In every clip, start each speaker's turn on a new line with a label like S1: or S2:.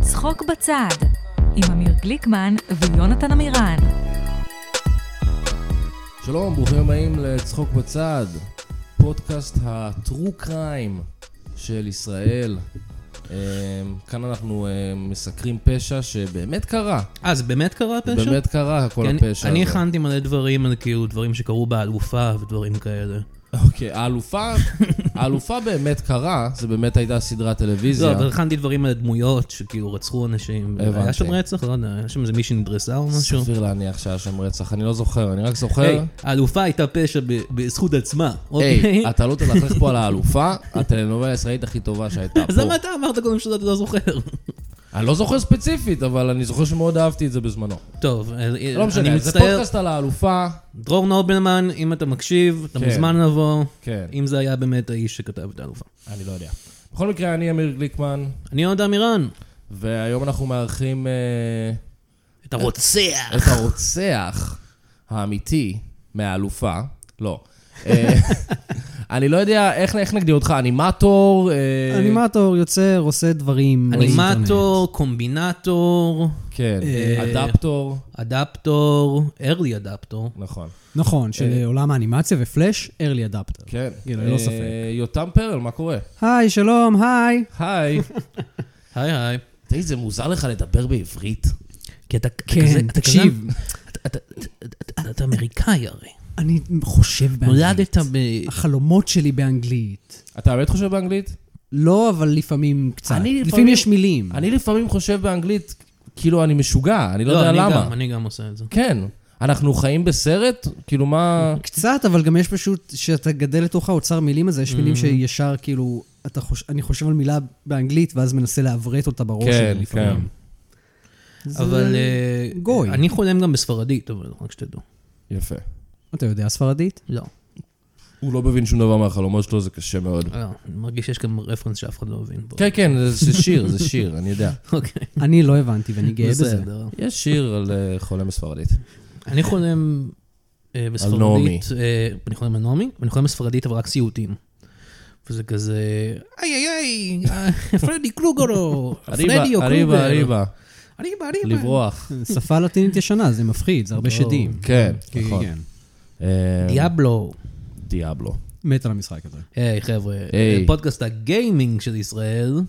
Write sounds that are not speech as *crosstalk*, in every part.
S1: צחוק בצד, עם אמיר גליקמן ויונתן עמירן.
S2: שלום, ברוכים הבאים לצחוק בצד, פודקאסט ה-True Crime של ישראל. אמ, כאן אנחנו אמ, מסקרים פשע שבאמת קרה.
S3: אה, זה באמת קרה פשע?
S2: באמת קרה כל
S3: כי אני-
S2: הפשע
S3: אני
S2: הזה.
S3: הכנתי מלא דברים, על כאילו דברים שקרו באלופה ודברים כאלה. לא,
S2: אוקיי, האלופה, האלופה באמת קרה, זה באמת הייתה סדרת טלוויזיה.
S3: לא, אבל הכנתי דברים על דמויות שכאילו רצחו אנשים.
S2: הבנתי.
S3: היה שם רצח? לא יודע, היה שם איזה מישהי נדרסה או משהו?
S2: סביר להניח שהיה שם רצח, אני לא זוכר, אני רק
S3: היי,
S2: זוכר.
S3: האלופה הייתה פשע ב- בזכות עצמה, אוקיי?
S2: היי, אתה לא תלכלך פה על האלופה, הטלנובל הישראלית הכי טובה שהייתה
S3: אז למה
S2: פה.
S3: אתה אמרת קודם שאתה לא זוכר? *laughs*
S2: אני לא זוכר ספציפית, אבל אני זוכר שמאוד אהבתי את זה בזמנו.
S3: טוב, אה,
S2: לא
S3: אני
S2: משנה, זה
S3: מצטער.
S2: פודקאסט על האלופה.
S3: דרור נובלמן, אם אתה מקשיב, אתה
S2: כן.
S3: מוזמן לבוא.
S2: כן.
S3: אם זה היה באמת האיש שכתב את האלופה.
S2: אני לא יודע. בכל מקרה, אני אמיר גליקמן,
S3: אני עוד אמירן,
S2: והיום אנחנו מארחים אה,
S3: אתה רוצח.
S2: את הרוצח האמיתי מהאלופה. לא. אה, אני לא יודע איך, איך נגדיר אותך, אנימטור. אה,
S4: אנימטור, יוצר, עושה דברים.
S3: אנימטור, קומבינטור,
S2: כן,
S3: אה,
S2: אדפטור.
S3: אדפטור, early אדפטור.
S2: נכון.
S4: נכון, של עולם האנימציה ופלאש, early adapter.
S2: כן.
S4: כן, ללא
S2: אה,
S4: ספק.
S2: יותם פרל, מה קורה?
S4: היי, שלום, היי.
S2: היי.
S3: היי היי.
S2: תגיד, זה מוזר לך לדבר בעברית?
S3: כי אתה
S2: כן,
S4: כזה- אתה תקשיב.
S3: אתה אמריקאי הרי.
S4: אני חושב באנגלית.
S3: נולדת ב...
S4: החלומות שלי באנגלית.
S2: אתה באמת חושב באנגלית?
S4: לא, אבל לפעמים קצת.
S2: אני לפעמים-
S4: לפעמים יש מילים.
S2: אני לפעמים חושב באנגלית, כאילו אני משוגע, אני לא
S3: לא,
S2: יודע
S3: אני
S2: למה.
S3: גם, אני גם עושה את זה.
S2: כן. אנחנו חיים בסרט? כאילו מה...
S4: קצת, אבל גם יש פשוט, שאתה גדל לתוך האוצר מילים הזה, יש מילים
S2: Mm-hmm.
S4: שישר כאילו, אתה חוש- אני חושב על מילה באנגלית, ואז מנסה לעברת אותה בראש
S2: כן,
S4: שלי
S2: כן.
S4: לפעמים. זה-
S3: אבל... אה,
S4: גוי.
S3: אני חולם גם בספרדית, אבל רק שתדעו.
S2: יפה.
S4: אתה יודע ספרדית? *laughs*
S3: לא,
S2: הוא לא מבין שום דבר מהחלומות שלו, זה קשה מאוד.
S3: לא. אני מרגיש שיש גם רפרנס שאף אחד לא מבין פה.
S2: כן, כן, זה- זה שיר, זה שיר, אני יודע.
S3: אוקיי.
S4: אני לא הבנתי, ואני גאה בזה.
S3: בסדר.
S2: יש שיר על אה, חולה מספרדית.
S3: אני חולם אה,
S2: נעמי.
S3: בספרדית, אה, אני חולם על נעמי, ואני חולם בספרדית אבל רק סיוטים. וזה כזה, איי איי איי, אה, פרדי קרוגרו, פרדי
S2: *laughs* אריבה,
S3: או קרוגר.
S2: אריבה, אריבה.
S3: אריבה, אריבה.
S2: לברוח.
S4: שפה לטינית ישנה, זה מפחיד, זה הרבה
S3: ברור.
S4: שדים.
S2: כן,
S4: כן,
S2: נכון.
S4: כן.
S2: אה,
S3: דיאבלו.
S2: דיאבלו.
S4: מת על המשחק הזה.
S3: היי חבר'ה, אה,
S2: היי.
S3: פודקאסט הגיימינג של ישראל.
S2: *laughs*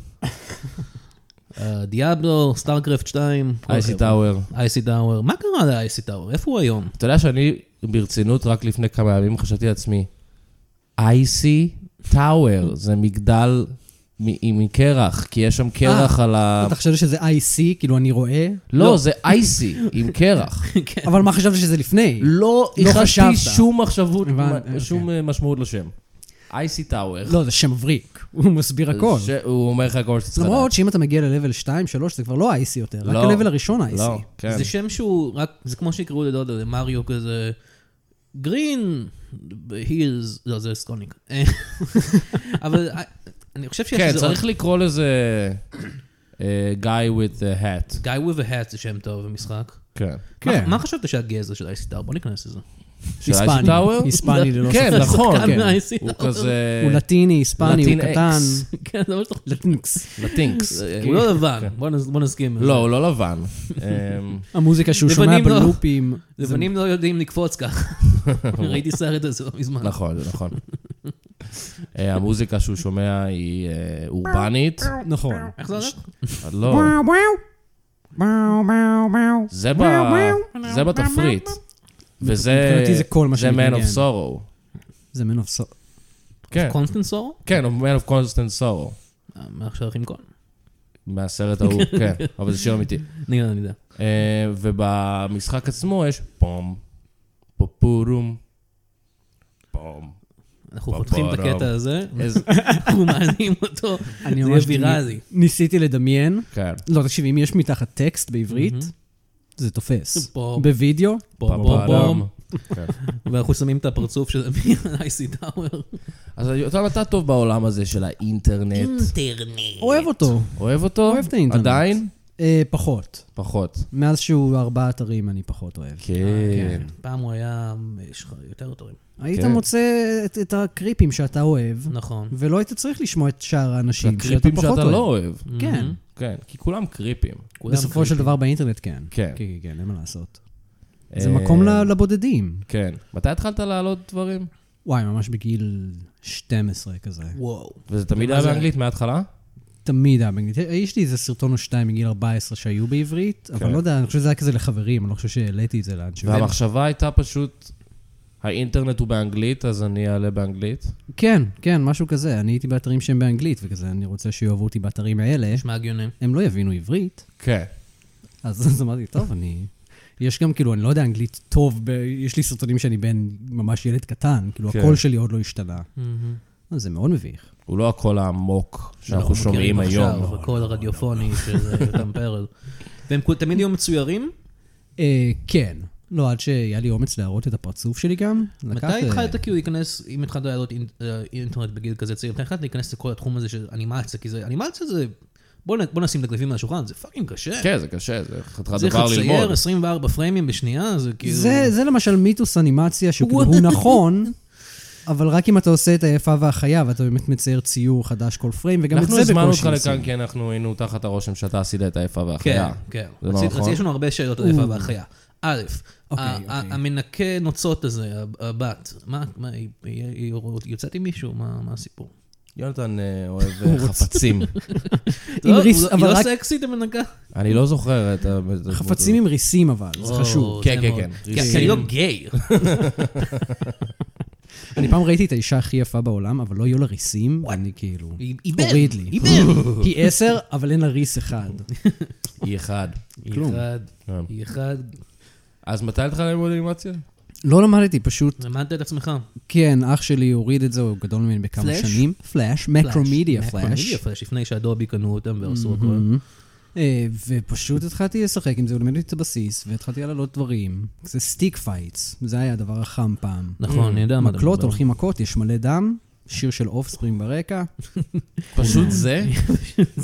S3: אה, דיאבלו, סטארקרפט 2.
S2: אייסי טאוור.
S3: אייסי טאוור. מה קרה לאייסי טאוור? איפה הוא היום?
S2: אתה יודע שאני ברצינות, רק לפני כמה ימים חשבתי לעצמי, אייסי טאוור, זה מגדל מ- עם קרח, כי יש שם קרח על ה...
S4: אה, אתה חשבת שזה IC, כאילו אני רואה?
S2: אה, לא, זה אייסי, עם *laughs* קרח.
S3: כן.
S4: אבל מה חשבת שזה לפני?
S2: לא
S4: לא
S2: ייחשתי
S4: חשבת.
S2: שום מחשבות,
S4: הבנתי, אוקיי.
S2: מ- שום אה, משמעות לשם. אייסי טאוור.
S4: לא, זה שם מבריק, *laughs* הוא מסביר הכל.
S2: הוא אומר לך כל שצריך
S4: למרות שאם אתה מגיע ל-level 2, 3, זה כבר לא IC יותר, רק
S2: לא.
S4: ה-level הראשון
S2: לא,
S4: IC.
S2: כן.
S3: זה שם שהוא רק, זה כמו שיקראו לדודה, למריו כזה, גרין, heals, לא, זה סקוניק. *laughs* אבל אה, אני חושב שיש
S2: כן,
S3: איזה
S2: צריך לקרוא לזה אה, guy with a hat.
S3: guy with a hat זה שם טוב במשחק.
S2: כן.
S4: כן.
S3: מה- מה חשבת שהגזע של אייסיטר? בוא
S2: *laughs*
S3: ניכנס לזה.
S2: של
S4: היספני.
S2: אייסי טאוור?
S4: היספני ללא
S2: כן,
S4: ספק.
S2: נכון.
S3: שחקן
S2: כן.
S3: מהאייסי
S2: הוא
S3: טאוור.
S2: כזה...
S4: הוא לטיני, היספני,
S2: לטין
S4: הוא
S2: אקס.
S4: קטן.
S3: כן, זה מה שאתה חושב.
S4: לטינקס.
S2: לטינקס.
S3: הוא לא לבן, בוא נס- בוא נסכים. לזה.
S2: אה, כן. לא, הוא לא לבן. אמ,
S4: המוזיקה שהוא שומע
S3: לבנים לא.
S4: בלופים. זה-
S3: לבנים לא יודעים
S2: *laughs*
S3: לקפוץ ככה. ראיתי סרט על זה לא מזמן.
S2: נכון, זה נכון. אה, המוזיקה שהוא שומע היא אה, אורבנית.
S4: נכון.
S3: איך זה הולך?
S2: אז לא, זה ב- זה בתפריט. וזה...
S4: מבחינתי זה כל מה
S2: זה Man
S4: שמתנגן.
S2: of Sorrow.
S4: זה מנופסו.
S2: כן,
S3: קונסטנסור? אה,
S2: כן, הוא Man of Constant Sorrow.
S3: מעכשיו הכי מקום.
S2: מהסרט
S4: *laughs*
S2: ההוא, כן, אבל זה שיר אמיתי.
S3: אני יודע, אני יודע.
S2: אה, ובמשחק עצמו יש פום, פופורום, פום.
S3: אנחנו
S2: בוא,
S3: פותחים
S2: בוא, אה,
S3: את הקטע הזה,
S4: *laughs*
S2: איזה-
S3: אנחנו מעלים אותו,
S4: אני
S3: זה
S4: ממש
S3: יהיה ויראלי.
S4: ניסיתי לדמיין.
S2: כן.
S4: לא, תקשיב, אם יש מתחת טקסט בעברית,
S3: מהמם.
S4: זה תופס.
S3: פה.
S4: בווידאו,
S3: בום בום
S2: פאפאדם.
S3: בום,
S2: כן.
S3: ואנחנו שמים את הפרצוף של אמיר על אייסי טאוור.
S2: אז יותם, אתה טוב בעולם הזה של האינטרנט.
S3: אינטרנט.
S4: אוהב אותו.
S2: אוהב אותו?
S4: Mm. אוהב את האינטרנט.
S2: עדיין?
S4: אה, פחות.
S2: פחות.
S4: מאז שהוא ארבעה אתרים אני פחות אוהב.
S2: כן.
S3: פעם הוא היה, יש לך יותר טובים.
S4: היית
S2: כן.
S4: מוצא את, את הקריפים שאתה אוהב,
S3: נכון.
S4: ולא היית צריך לשמוע את שאר האנשים שאתה
S2: הקריפים
S4: פחות
S2: שאתה
S4: אוהב.
S2: לא אוהב.
S4: כן.
S2: כן, כי כולם קריפים.
S3: כולם
S4: בסופו של
S3: קריפים.
S4: דבר באינטרנט כן.
S2: כן.
S4: כן, כן, כן, אין מה לעשות. זה
S2: אה,
S4: מקום ל- לבודדים.
S2: כן. מתי התחלת להעלות דברים?
S4: וואי, ממש בגיל 12 כזה.
S3: וואו.
S2: וזה תמיד
S3: מה
S2: היה
S3: זה?
S2: באנגלית מההתחלה?
S4: תמיד היה באנגלית. יש לי איזה סרטון או שתיים מגיל 14 שהיו בעברית, אבל
S2: כן.
S4: לא יודע, אני חושב שזה היה כזה לחברים, אני לא חושב שהעליתי את זה לאנשים.
S2: והמחשבה הייתה פשוט, האינטרנט הוא באנגלית, אז אני אעלה באנגלית.
S4: כן, כן, משהו כזה. אני הייתי באתרים שהם באנגלית, וכזה, אני רוצה שיאהבו אותי באתרים האלה.
S3: נשמע הגיוני.
S4: הם לא יבינו עברית,
S2: כן.
S4: אז *laughs* אז אמרתי, טוב, אני... יש גם, כאילו, אני לא יודע אנגלית טוב, ב... יש לי סרטונים שאני בן ממש ילד קטן, כאילו,
S2: כן.
S4: הקול שלי עוד לא השתנה. אז זה מאוד מביך.
S2: הוא לא הקול העמוק שאנחנו
S3: אנחנו מכירים
S2: שומעים היום.
S4: נכון.
S3: עכשיו, הקול הרדיופוני של יותם פרל. והם כול- תמיד היו מצוירים?
S4: אה, כן. לא, עד שהיה לי אומץ להראות את הפרצוף שלי גם. לקח,
S3: מתי
S4: אה,
S3: התחלת כאילו להיכנס, אם התחלת לעלות אינ- אה, אינטרנט בגיל כזה צעיר, מתי החלטת להיכנס לכל התחום הזה של אנימציה? כי זה אנימציה זה... בוא נ- בוא נשים את הקלפים על השולחן, זה פאקינג קשה.
S2: כן, זה קשה, זה חתיכת
S3: צריך
S2: דבר
S3: לצייר
S2: ללמוד.
S3: 24 פריימים בשנייה, זה כאילו...
S4: זה, זה למשל מיתוס אנימציה שהוא כאילו,
S3: וואו.
S4: הוא נכון, אבל רק אם אתה עושה את היפה והחיה, ואתה באמת מצייר ציור חדש כל פריים, וגם את זה
S2: אנחנו
S4: בקושי
S2: הזמנו אותך
S4: עושים.
S2: לכאן כי אנחנו היינו תחת הרושם שאתה עשית את היפה
S3: כן,
S2: והחיה.
S3: כן.
S2: זה לא
S3: רצית-
S2: נכון?
S3: רצית- יש לנו הרבה שאלות על איפה והחיה. א',
S4: אוקיי,
S3: ה-
S4: אוקיי.
S3: ה- המנקה נוצות הזה, הב- הבת, מה, מה, היא- היא- היא יוצאת עם מישהו? מה מה הסיפור?
S2: יונתן
S3: *laughs*
S2: אה, אוהב אה, חפצים.
S4: עם
S3: לא-
S4: ריס,
S3: הוא לא-
S4: אבל
S3: היא לא
S4: רק-
S3: סקסית המנקה?
S2: אני לא זוכר את ה... את הדמות
S4: חפצים
S2: הזאת.
S4: עם ריסים אבל, זה
S3: או, זה
S4: חשוב.
S2: כן, כן,
S3: מאוד.
S2: כן.
S3: כי-
S2: ריסים.
S3: כי אני לא גיי.
S4: אני פעם ראיתי את האישה הכי יפה בעולם, אבל לא היו לה ריסים, ואני כאילו...
S3: היא- היא בן.
S4: הוריד לי.
S3: היא
S2: *laughs*
S3: בן.
S4: היא עשר, אבל אין לה
S3: *laughs*
S4: ריס אחד.
S2: אי אחד.
S4: כלום.
S3: אחד,
S2: כן.
S3: היא אחד.
S2: אז מתי התחלת ללמוד אנימציה?
S4: לא למדתי, פשוט,
S3: למדת את עצמך.
S4: כן, אח שלי הוריד את זה, הוא גדול ממני בכמה
S3: Flash?
S4: שנים. פלאש, מקרומדיה פלאש.
S3: מקרומדיה פלאש, לפני שאדובי קנו אותם ועשו
S4: Mm-hmm.
S3: הכל.
S4: אה, ופשוט התחלתי לשחק עם זה, הוא לימד אותי את הבסיס, והתחלתי לעלות דברים. זה סטיק פייטס, זה היה הדבר החם פעם.
S3: נכון, אני יודע מה אתה
S4: מקלות,
S3: מדבר.
S4: הולכים מכות, יש מלא דם, שיר של
S3: *laughs*
S4: אופספרינג ברקע.
S2: פשוט זה?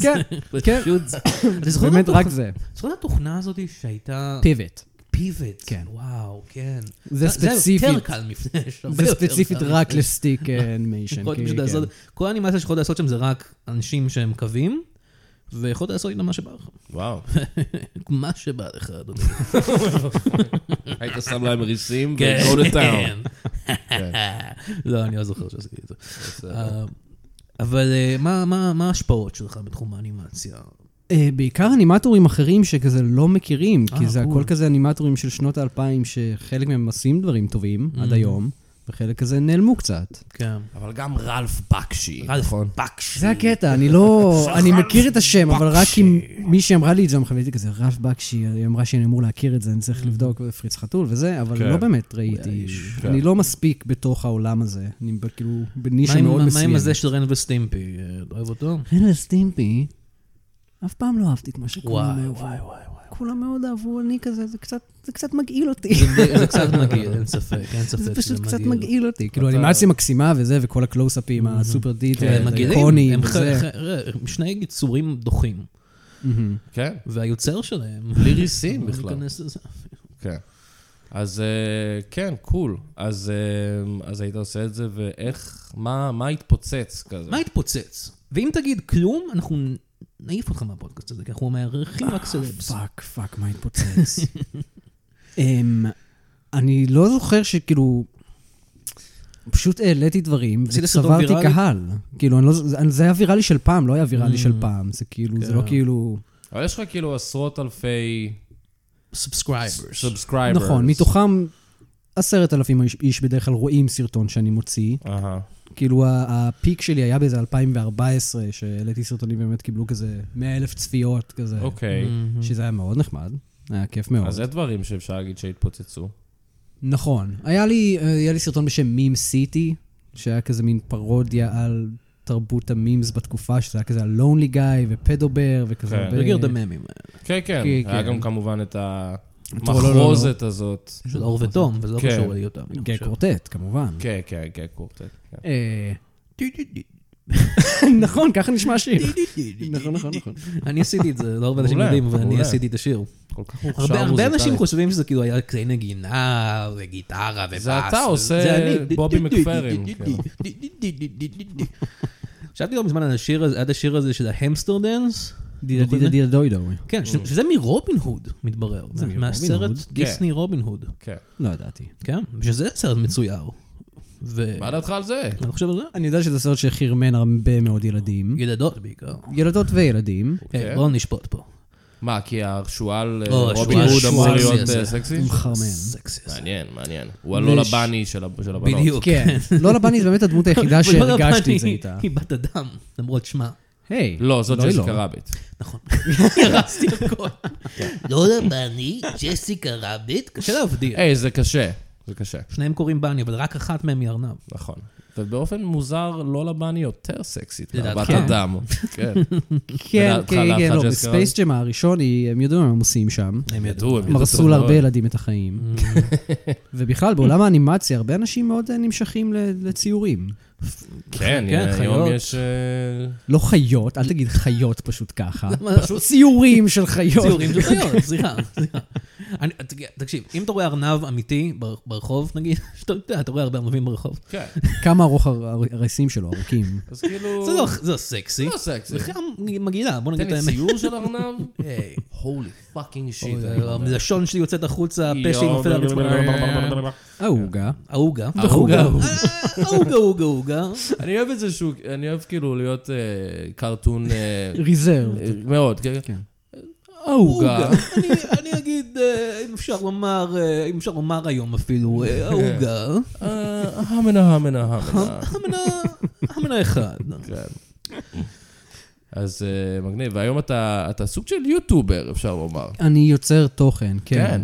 S4: כן, כן.
S3: פשוט זה. אתה זוכר את
S4: באמת
S3: התוכנה-
S4: רק זה.
S3: זוכר את התוכנה הזאת שהייתה...
S4: פיבוט.
S3: פיבוט.
S4: כן.
S3: וואו, כן.
S4: זה
S3: זה
S4: ספציפית.
S3: יותר קל מפלאש. *laughs* הרבה
S4: זה
S3: יותר
S4: ספציפית
S3: קל
S4: רק
S3: מפלאש.
S4: לסטיק אה, אנימיישן.
S3: יכולת
S4: כן,
S3: פשוט
S4: כן.
S3: לעשות- כל האנימציה שיכולת לעשות שם זה רק אנשים שהם קווים, ויכולת לעשות איתם מה שבא לך.
S2: וואו.
S3: מה שבא לך, אדוני.
S2: היית שם להם ריסים
S3: *laughs* כן.
S2: ו-go to town.
S3: *laughs* לא, אני לא זוכר שעשיתי את זה. אה, אבל אה, מה- מה מה ההשפעות שלך בתחום האנימציה?
S4: אה, בעיקר אנימטורים אחרים שכזה לא מכירים, כי
S3: אה,
S4: זה
S3: בול.
S4: הכל כזה אנימטורים של שנות האלפיים, שחלק מהם עושים דברים טובים עד היום, וחלק כזה נעלמו קצת.
S3: כן.
S2: אבל גם רלף בקשי.
S3: רלף
S2: נכון.
S3: בקשי.
S4: זה הקטע, אני *laughs* לא... אני מכיר את השם, אבל רק אם מי שאמרה לי את זה, אמרה לי כזה, רף בקשי, היא אמרה שאני אמור להכיר את זה, אני צריך לבדוק פריץ חתול וזה, אבל
S2: כן.
S4: לא באמת ראיתי.
S2: כן.
S4: אני לא מספיק בתוך העולם הזה, אני ב- כאילו
S3: מה
S4: בנישה
S3: עם-
S4: מאוד
S3: מה-
S4: מסוימת.
S3: מה עם הזה של רן וסטימפי? אה, אתה אוהב אותו?
S4: רנל סטימפי, אף פעם לא אהבתי את מה
S3: וואי,
S4: שכולם אהבו.
S3: וואי, וואי, וואי.
S4: כולם מאוד אהבו, אני כזה, זה קצת, זה קצת מגעיל אותי.
S3: זה- *laughs* לא, זה קצת מגעיל, אין ספק, אין ספק.
S4: *laughs* זה
S3: שזה
S4: פשוט קצת
S3: מגעיל.
S4: מגעיל אותי. Mm-hmm. כאילו, אנימציה מקסימה וזה, וכל הקלוס-אפים, הסופר
S3: כן,
S4: דיטל,
S3: מגעילים.
S4: האיקונים
S3: הם
S4: וזה.
S3: ח- ח- הם שני יצורים דוחים,
S4: מהמם.
S2: כן.
S3: והיוצר שלהם... *laughs*
S2: בלי ריסים
S3: לא
S2: בכלל.
S3: ניכנס לזה.
S2: כן. אז אה, כן, קול. אז אה, אז היית עושה את זה, ואיך, מה מה התפוצץ כזה?
S3: מה התפוצץ? ואם תגיד כלום, אנחנו נעיף אותך מהפודקאסט הזה, כי אנחנו מארחים רק סלבס.
S4: פאק, פאק, *laughs* מה התפוצץ? אמ, אני לא זוכר שכאילו... פשוט העליתי דברים,
S3: עשית סרטון
S4: וצברתי
S3: ויראלי?
S4: קהל. כאילו, אני לא ז- זה היה ויראלי של פעם, לא היה ויראלי של פעם. זה כאילו, זה לא
S3: Mm. כן.
S4: כאילו...
S2: אבל יש לך כאילו עשרות אלפי
S3: סאבסקרייברס.
S2: סאבסקרייברס.
S4: נכון, מתוכם עשרת אלפים איש- איש בדרך כלל רואים סרטון שאני מוציא.
S2: אהה.
S3: כן.
S4: כאילו, ה- הפיק שלי היה באיזה 2014, שהעליתי סרטונים באמת קיבלו כזה 100 אלף צפיות כזה. Mm-hmm.
S2: אוקיי.
S3: Mm.
S4: שזה היה מאוד נחמד, היה כיף מאוד.
S2: אז זה דברים שאפשר להגיד שהתפוצצו.
S4: נכון. היה לי, היה לי סרטון בשם מים סיטי, שהיה כזה מין פרודיה על תרבות המימס בתקופה, שזה היה כזה על לונלי גיא ופדובר וכזה
S2: כן.
S4: הרבה...
S3: מכיר את הממים האלה,
S2: כן, כן.
S4: כן,
S2: היה
S4: כן.
S2: גם כמובן את
S4: לא, לא,
S2: המחרוזת הזאת.
S3: של אור ותום, וזה לא
S2: כן.
S3: קשור ליותם. אני
S4: גיי
S3: חושב.
S4: קורטט, כמובן.
S2: כן, כן, כן, קורטט. כן.
S4: אה, *laughs* נכון, ככה נשמע השיר.
S2: *laughs*
S4: נכון, נכון, נכון.
S3: אני עשיתי את זה, לא הרבה אנשים
S2: מעולה,
S3: יודעים, אבל אני
S2: מעולה.
S3: עשיתי את השיר.
S2: כל כך מוכשר
S3: הרבה הרבה
S2: מוזיקלית.
S3: אנשים חושבים שזה כאילו היה כלי נגינה, וגיטרה, ובאס.
S2: זה אתה
S3: ו-
S2: עושה
S3: זה אני.
S2: בובי מקפרן, כאילו.
S3: חשבתי לא מזמן על השיר הזה, עד השיר הזה של ההמסטר דנס.
S4: דידה דידה דידה דוידו.
S3: כן,
S2: Mm.
S3: ש- שזה מרובין הוד, מתברר. מה-
S4: מרובין
S3: מהסרט
S4: הוד?
S3: דיסני רובין הוד.
S2: כן.
S4: לא ידעתי.
S3: כן, שזה סרט מצויר. ו-
S2: מה דעתך על זה?
S3: אני חושב על זה?
S4: אני יודע שזה סרט שחרמן הרבה מאוד ילדים.
S3: ילדות בעיקר.
S2: כן.
S4: ילדות וילדים.
S3: כן, בואו נשפוט פה.
S2: מה, כי השועל אה,
S3: או,
S2: רובין
S3: השועל,
S2: הוד אמור
S3: השועל
S2: להיות
S3: לא, זה-
S2: אה, סקסי?
S4: הוא מחרמן.
S3: סקסי.
S2: מעניין, מעניין. הוא הלא
S4: וש-
S2: לבני של ה- של הבנות.
S3: בדיוק.
S4: כן. לולה בני זו באמת
S2: *laughs*
S4: הדמות היחידה
S3: אבל לא
S4: שהרגשתי את זה
S3: לבני,
S4: איתה.
S3: היא בת אדם, למרות שמה.
S4: היי.
S2: לא, זאת
S4: היא
S2: ג'סיקה
S4: לא.
S2: רביט.
S3: נכון. *laughs* הרסתי הכל. לא לבני, ג'סיקה *laughs* רביט, קשה להבדיל.
S2: היי, זה קשה. זה קשה,
S3: שניהם קוראים בני, אבל רק אחת מהם היא ארנב.
S2: נכון. ובאופן מוזר, לא לבני יותר סקסית.
S3: לדעתך.
S2: בת
S3: כן.
S2: אדם. כן.
S4: כן,
S2: לדעתך,
S4: כן, כן,
S2: לדעתך
S4: לא,
S2: ג'סיקה
S4: בספייס ג'ם הראשון, היא- הם יודעים מה הם עושים שם.
S3: *laughs* הם
S2: ידעו, הם
S4: הם הרסו
S2: טוב
S4: להרבה
S2: מאוד.
S4: ילדים
S2: *laughs*
S4: את החיים. ובכלל, בעולם האנימציה, הרבה אנשים מאוד אה, נמשכים ל- לציורים.
S2: כן,
S3: כן,
S2: הנה, היום
S3: חיות.
S2: יש... אה,
S4: לא חיות, אל תגיד חיות פשוט ככה.
S3: למה?
S4: פשוט ציורים של חיות.
S3: ציורים זה חיות, סליחה, סליחה. אני- תקשיב, אם אתה רואה ארנב אמיתי בר- ברחוב, נגיד, *laughs* שאתה יודע, אתה רואה הרבה ארנבים ברחוב.
S2: כן,
S4: כמה ארוך הר- הר- הרסים שלו, ארוכים.
S2: אז כאילו...
S3: *laughs* זה לא- זה לא סקסי.
S2: לא סקסי.
S3: זה חיה מגעילה, בוא
S2: תן
S3: נגיד את
S2: לי
S3: האמת.
S2: ציור של ארנב? היי, הולי פאקינג שיט.
S3: הלשון שלי יוצאת החוצה, הפה
S2: לא
S3: שלי נופל על עצמו.
S4: העוגה.
S3: העוגה.
S4: העוגה.
S3: העוגה, עוגה, עוגה.
S2: אני אוהב את זה שהוא, אני אוהב כאילו להיות אה, קרטון אה,
S4: ריזרב.
S2: אה, מאוד, כן?
S4: כן.
S2: העוגה.
S3: אני- אני אגיד, אה, אם אפשר לומר, אה, אם אפשר לומר היום אפילו, אה, העוגה.
S2: אה, המנה, המנה, המנה.
S3: המנה- המנה אחד.
S2: כן. אז אה, מגניב, והיום אתה אתה סוג של יוטובר, אפשר לומר.
S4: אני יוצר תוכן,
S2: כן.
S4: כן.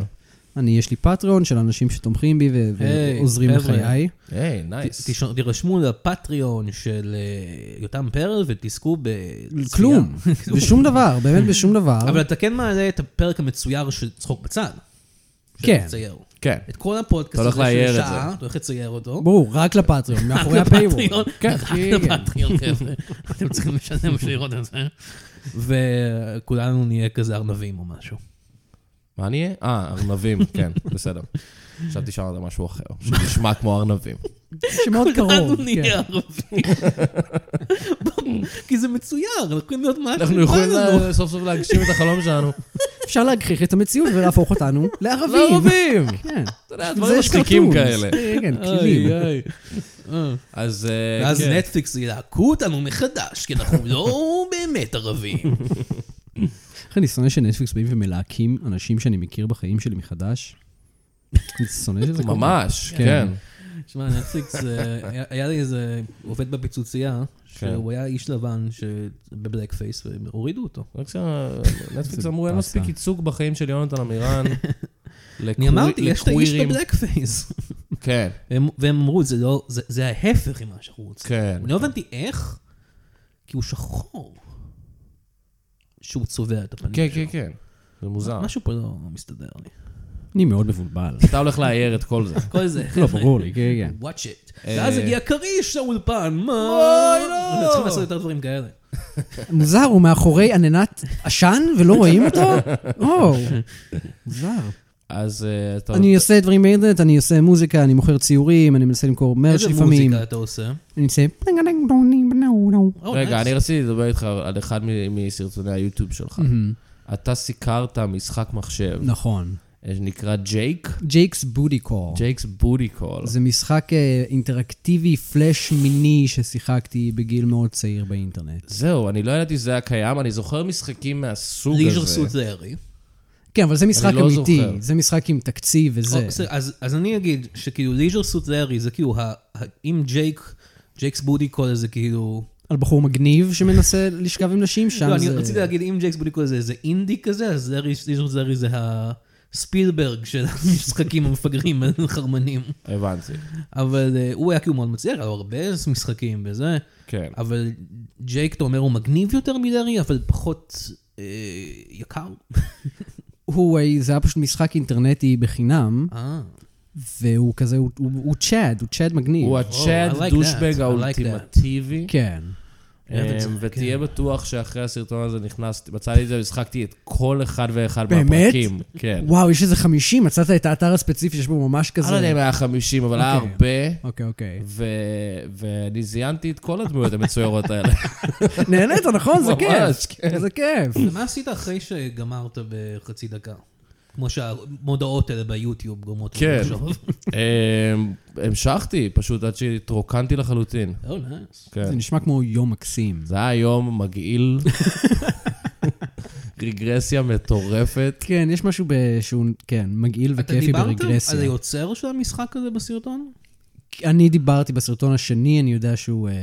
S4: אני, יש לי פטריון של אנשים שתומכים בי ו-
S3: היי,
S4: ועוזרים
S3: חבר'ה.
S4: לחיי.
S2: היי,
S3: ת-
S2: נייס.
S3: תש- תירשמו לפטריון של אה, יותם פרל ותזכו בצפייה. *laughs*
S4: כלום. בשום דבר, באמת בשום דבר.
S3: אבל אתה כן מעלה את הפרק המצויר של צחוק בצד. שאתה
S4: כן.
S3: מצייר.
S2: כן.
S3: את כל הפודקאסט
S2: אתה הולך
S3: הזה
S2: לאייר
S3: של
S2: את
S3: שעה, אתה הולך לצייר אותו. *laughs*
S4: ברור, רק לפטריון, מאחורי הפייוול.
S2: כן,
S3: כן, רק לפטריון, חבר'ה. אתם צריכים לשלם בשביל לראות את זה. וכולנו נהיה כזה ארנבים או משהו.
S2: מה אני אהיה? אה, ארנבים, כן, בסדר. חשבתי שאמרת משהו אחר, שנשמע כמו ארנבים.
S4: שמאוד
S3: כולנו
S4: קרוב. כן.
S3: נהיה ערבים. כי זה מצויר, אנחנו יכולים להיות מה לא?
S2: אנחנו יכולים לה- סוף סוף להגשים את החלום שלנו.
S4: אפשר להגחיך את המציאות ולהפוך אותנו לערבים.
S2: לערבים!
S4: כן.
S2: אתה יודע,
S4: זה
S2: דברים
S4: יש
S2: מצחיקים
S4: cartoons.
S2: כאלה.
S4: כן, כלים.
S2: אז... אה,
S3: ואז
S2: כן.
S3: נטפליקס ילהקו אותנו מחדש, כי אנחנו
S2: *laughs*
S3: לא באמת ערבים.
S4: איך אני שונא שנטפליקס באים ומלהקים אנשים שאני מכיר בחיים שלי מחדש. אני
S2: *laughs*
S4: שונא שזה כל כך.
S2: ממש,
S4: כן.
S2: כן.
S3: שמע, נטפליקס, אה, היה- היה לי איזה עובד בפיצוצייה,
S2: כן.
S3: שהוא היה איש לבן בבלק פייס, והורידו אותו.
S2: רק שנטפליקס אמרו, אין מספיק ייצוג בחיים של יונתן
S3: *laughs*
S2: עמירן.
S3: אני
S2: לקוויר-
S3: אמרתי, יש את האיש
S2: לקווירים."
S3: בבלק פייס.
S2: כן,
S3: והם והם אמרו, "זה לא- זה זה ההפך ממה שאנחנו רוצים.
S2: כן.
S3: אני לא הבנתי איך, כי הוא שחור, שהוא צובע את הפנים
S2: כן,
S3: שלו.
S2: כן, כן. זה מוזר.
S3: משהו פה לא מסתדר לי.
S4: אני מאוד מבולבל.
S2: אתה הולך לאייר את כל זה.
S3: *laughs* כל זה,
S4: לא,
S3: חבר'ה.
S4: ברור לי, כן, כן.
S3: *laughs* Watch it.
S2: אה.
S3: ואז הגיע כריש לאולפן, מה?
S2: אוי, לא.
S3: צריכים לעשות יותר דברים כאלה.
S4: מוזר, הוא מאחורי עננת עשן ולא רואים אותו? או, מוזר.
S2: אז אה, אתה...
S4: אני עושה דברים באינטרנט, אני עושה מוזיקה, אני מוכר ציורים, אני מנסה למכור מרץ'
S3: איזה
S4: לפעמים.
S3: מוזיקה אתה עושה?
S4: אני עושה...
S3: Oh,
S2: רגע,
S3: nice.
S2: אני רציתי לדבר איתך על אחד מ- מסרטוני היוטיוב שלך. אתה סיקרת משחק מחשב,
S4: נכון.
S2: אה, שנקרא ג'ייק,
S4: ג'ייקס בודי קור.
S3: נכון.
S2: ג'ייקס בודי קול.
S4: זה משחק אה, אינטראקטיבי פלאש מיני ששיחקתי בגיל מאוד צעיר באינטרנט.
S2: זהו, אני לא ידעתי שזה היה קיים, אני זוכר משחקים מהסוג הזה.
S3: ליז'ר סוט לארי.
S4: כן, אבל זה משחק
S2: לא
S4: אמיתי,
S2: זוכר.
S4: זה משחק עם תקציב וזה.
S3: אוקיי, אז אז אני אגיד שכאילו ליז'ר סוט לארי זה כאילו, ה- ה- אם ג'ייק, ג'ייקס בודי קול זה כאילו...
S4: על בחור מגניב שמנסה לשכב עם נשים, שם
S3: לא, אני רציתי
S4: זה...
S3: להגיד, אם ג'ייקס בודי קול זה איזה אינדי כזה, אז לארי- ליז'ר סוט לארי זה הספילברג של *laughs* המשחקים המפגרים *laughs* החרמנים.
S2: הבנתי,
S3: אבל אה, הוא היה כאילו מאוד מצליח, היה לו הרבה משחקים וזה.
S2: כן.
S3: אבל ג'ייק, אתה אומר, הוא מגניב יותר מלארי, אבל פחות אה, יקר.
S4: הוא, אה, זה היה פשוט משחק אינטרנטי בחינם,
S3: אה, הוא
S4: והוא כזה, הוא- הוא הוא צ'אד, הוא צ'אד מגניב.
S2: הוא
S3: I like
S2: הצ'אט
S3: that, I like
S2: דושבג
S3: that.
S2: האולטימטיבי.
S4: כן.
S3: אוהב את זה,
S2: אמ, ותהיה
S3: כן.
S2: בטוח שאחרי הסרטון הזה נכנסתי, מצאתי את זה והשחקתי את כל אחד ואחד
S4: באמת?
S2: מהפרקים. כן.
S4: וואו, יש איזה 50, מצאת את האתר הספציפי שיש בו ממש
S2: אני לא יודע
S4: כזה.
S2: אם היה 50, אבל היה
S4: אוקיי.
S2: הרבה.
S4: אוקיי, אוקיי.
S2: ו- ואני זיינתי את כל הדמויות המצוירות
S4: *laughs*
S2: האלה.
S4: נהנית, נכון? זה
S2: ממש,
S4: כיף.
S2: כן.
S4: זה כיף.
S3: ומה עשית אחרי שגמרת בחצי דקה? כמו שהמודעות האלה ביוטיוב גורמות לך
S2: כן. *laughs*
S3: לחשוב.
S2: אמ, המשכתי, פשוט עד שהתרוקנתי לחלוטין.
S3: Oh, nice.
S2: כן.
S4: זה נשמע כמו יום מקסים.
S2: זה היה יום
S4: *laughs*
S2: מגעיל. רגרסיה מטורפת.
S4: כן, יש משהו ב- שהוא, כן, מגעיל
S3: אתה
S4: וכיפי
S3: דיברת על
S4: ברגרסיה.
S3: היוצר של המשחק הזה בסרטון?
S4: אני דיברתי בסרטון השני, אני יודע שהוא אה,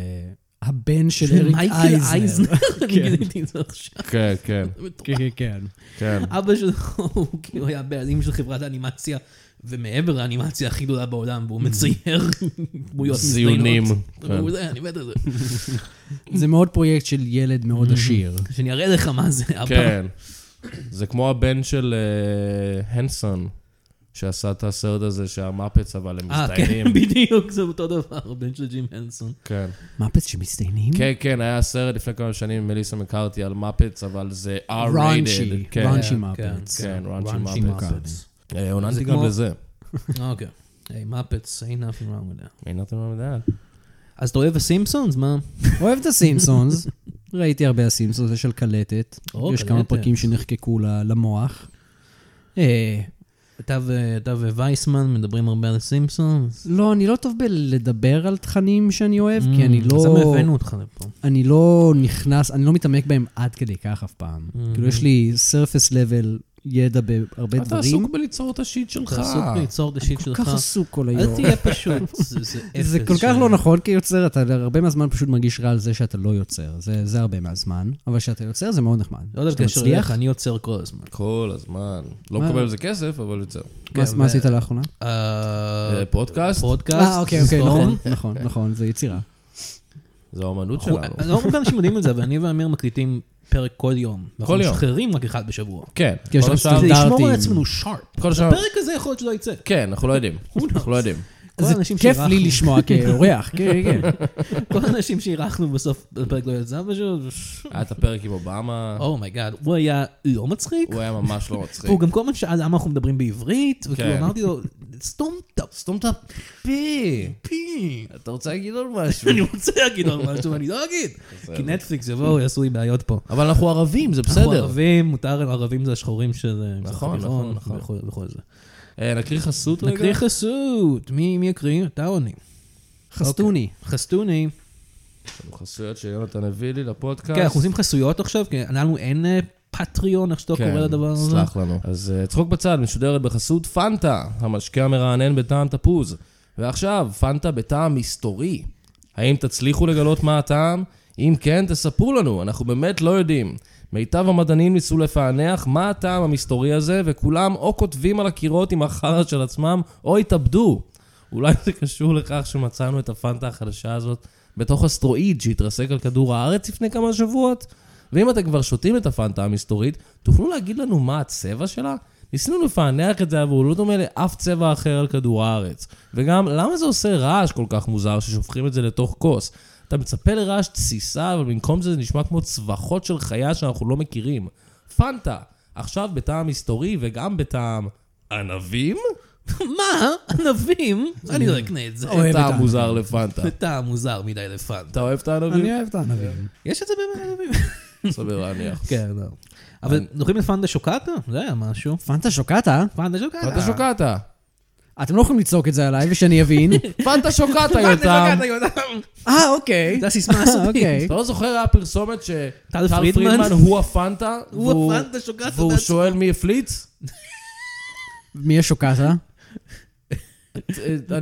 S4: הבן של
S3: של
S4: אריק
S3: מייקל
S4: אייזנר.
S3: אייזנר. *laughs* אני גיליתי את זה עכשיו.
S2: כן, כן,
S4: כן, כן, כן.
S2: כן.
S3: *laughs* אבא שלו, הוא כאילו היה בעלים של חברת אנימציה, ומעבר לאנימציה הכי גדולה בעולם, והוא
S2: *laughs*
S3: מצייר דמויות
S2: Mm. זיונים, כן.
S3: והוא זה, אני מת על זה.
S4: זה מאוד פרויקט של ילד מאוד עשיר.
S3: שאני אראה לך מה זה, אבא.
S2: כן. זה כמו הבן של אה, הנסון, שעשה את הסרט הזה שהמאפץ, אבל הם
S3: אה, כן,
S2: מזדיינים.
S3: *laughs* בדיוק, זה אותו דבר, הבן של ג'ים הנסון.
S2: כן.
S4: מפץ שמצטיינים?
S2: כן, כן, היה סרט לפני כמה שנים עם מליסה מקארתי על מאפץ, אבל זה R-rated.
S4: ראנצ'י,
S2: כן,
S4: ראנצ'י
S3: כן,
S4: מפץ.
S2: כן, ראנצ'י
S3: ראנצ'י
S2: מאפץ.
S3: מאפץ.
S2: אה, עוננתי
S3: זה
S2: גם
S3: כמו-
S2: לזה.
S3: אוקיי. היי, מאפץ, אין אף אחד יודע.
S2: אין אתם לא יודעת.
S3: אז אתה אוהב הסימפסונס? מה?
S4: אוהב את הסימפסונס, *laughs* ראיתי הרבה הסימפסונס, זה של קלטת.
S3: או,
S4: יש
S3: קלטת.
S4: כמה פרקים שנחקקו ל- למוח. אה,
S3: אתה ו- אתה ווייסמן מדברים הרבה על הסימפסונס?
S4: לא, אני לא טוב בלדבר על תכנים שאני אוהב, כי אני
S3: Mm. אז
S4: לא...
S3: למה הבאנו אותך לפה?
S4: אני לא נכנס, אני לא מתעמק בהם עד כדי כך אף פעם.
S3: Mm.
S4: כאילו, יש לי surface level ידע בהרבה
S2: אתה
S4: דברים.
S2: עסוק בליצור את השיט שלך.
S3: אתה עסוק ליצור את השיט
S4: כל
S3: שלך.
S4: כך עסוק כל
S3: אל
S4: היום.
S3: תהיה פשוט, *laughs* זה- זה אפס.
S4: *laughs* זה כל כך
S3: שם.
S4: לא נכון כיוצר, אתה הרבה מהזמן פשוט מרגיש רע על זה שאתה לא יוצר. זה זה הרבה מהזמן, אבל כשאתה יוצר זה מאוד נחמד.
S3: לא יודע
S4: כשאתה
S3: בקשר
S4: מצליח,
S3: אליך, אני עוצר כל הזמן.
S2: כל הזמן. לא
S4: מה?
S2: מקבל על זה כסף, אבל יוצר.
S4: מה-
S3: כן,
S4: מה
S3: ו-
S4: עשית לאחרונה?
S3: אה,
S2: אה, פודקאסט?
S3: פודקאסט, לא.
S4: אה, אוקיי, אוקיי,
S3: סדום.
S4: נכון, נכון, נכון, זה יצירה.
S2: זה האומנות
S3: אנחנו-
S2: שלנו.
S3: לא הרבה אנשים יודעים את זה, אבל אני ואמיר מקליטים פרק כל
S2: כל
S3: יום.
S2: יום.
S3: אנחנו משחררים רק אחד בשבוע.
S2: כן.
S4: כי יש
S2: כל
S4: לנו
S2: השאר-
S3: זה לשמור על
S4: סטנדרטים.
S3: עצמנו שרפ.
S2: כל השאר...
S3: הפרק הזה יכול להיות שלא יצא.
S2: כן, אנחנו לא
S3: *laughs*
S2: יודעים. אנחנו לא יודעים.
S3: כל
S4: זה
S3: האנשים
S4: כיף
S3: שאירחנו-
S4: לי לשמוע כאורח, כן, כן.
S3: *laughs* כל האנשים שאירחנו בסוף הפרק לא יצא פשוט.
S2: היה את הפרק עם אובמה,
S3: אומייגאד, הוא היה לא מצחיק.
S2: הוא היה ממש לא מצחיק.
S3: והוא גם כל הזמן שאל למה אנחנו מדברים בעברית, וכאילו
S2: כן.
S3: אמרתי לו, סתום את
S2: סתום את הפי.
S3: הפי.
S2: אתה רוצה להגיד עוד משהו?
S3: אני רוצה להגיד לו משהו, ואני לא אגיד. כי נטפליקס יבואו, יעשו לי בעיות פה.
S2: אבל אנחנו ערבים, זה
S3: אנחנו
S2: בסדר.
S3: ערבים, מותר ערבים זה השחורים של אה, מזרח
S2: נכון,
S3: התיכון,
S2: נכון, נכון.
S3: וכל- וכל זה.
S2: אה, נקריא חסות רגע?
S3: נקריא חסות, מי מי יקריא? אתה עוני.
S4: חסטוני.
S3: חסטוני.
S2: חסויות של יונתן הביא לי לפודקאסט.
S3: כן, אנחנו עושים חסויות עכשיו, כי לנו אין אה, פטריון, איך שאתה קורא לדבר הזה.
S2: כן, סלח לנו. אז אה, צחוק בצד משודרת בחסות פנטה, המשקה המרענן בטעם תפוז. ועכשיו, פנטה בטעם מסתורי. האם תצליחו לגלות מה הטעם? אם כן, תספרו לנו, אנחנו באמת לא יודעים. מיטב המדענים ניסו לפענח מה הטעם המסתורי הזה, וכולם או כותבים על הקירות עם החרא של עצמם, או התאבדו. אולי זה קשור לכך שמצאנו את הפנטה החדשה הזאת בתוך אסטרואיד שהתרסק על כדור הארץ לפני כמה שבועות? ואם אתם כבר שותים את הפנטה המסתורית, תוכלו להגיד לנו מה הצבע שלה? ניסינו לפענח את זה, אבל הוא לא דומה לאף צבע אחר על כדור הארץ. וגם, למה זה עושה רעש כל כך מוזר ששופכים את זה לתוך כוס? אתה מצפה לרעש תסיסה, אבל במקום זה זה נשמע כמו צווחות של חיה שאנחנו לא מכירים. פנטה, עכשיו בטעם מסתורי וגם בטעם ענבים?
S3: *laughs* מה? ענבים? אני לא אקנה את זה.
S2: זה טעם מוזר לפנטה.
S3: זה טעם מוזר מדי לפאנט.
S2: אתה אוהב את הענבים?
S4: אני אוהב את הענבים.
S3: יש את זה באמת ענבים?
S2: סביר להניח.
S3: כן, לא. אבל זוכרים את פנדה שוקטה? זה היה משהו.
S4: פנטה שוקטה?
S3: פנדה שוקטה.
S2: פנטה שוקטה.
S4: אתם לא יכולים לצעוק את זה עליי
S3: *laughs*
S4: ושאני אבין.
S2: פנטה שוקטה,
S3: פנדה
S2: יותם.
S3: שוקטה, יותם.
S4: אה, אוקיי.
S3: זה הסיסמה הסודית.
S4: אוקיי.
S2: אתה לא זוכר, היה פרסומת שטל
S3: פרידמן?
S2: פרידמן הוא הפנטה?
S3: הוא
S2: והוא-
S3: הפנדה שוקטה.
S2: והוא
S3: בעצמו.
S2: שואל מי הפליץ?
S4: מי השוקטה?
S2: אני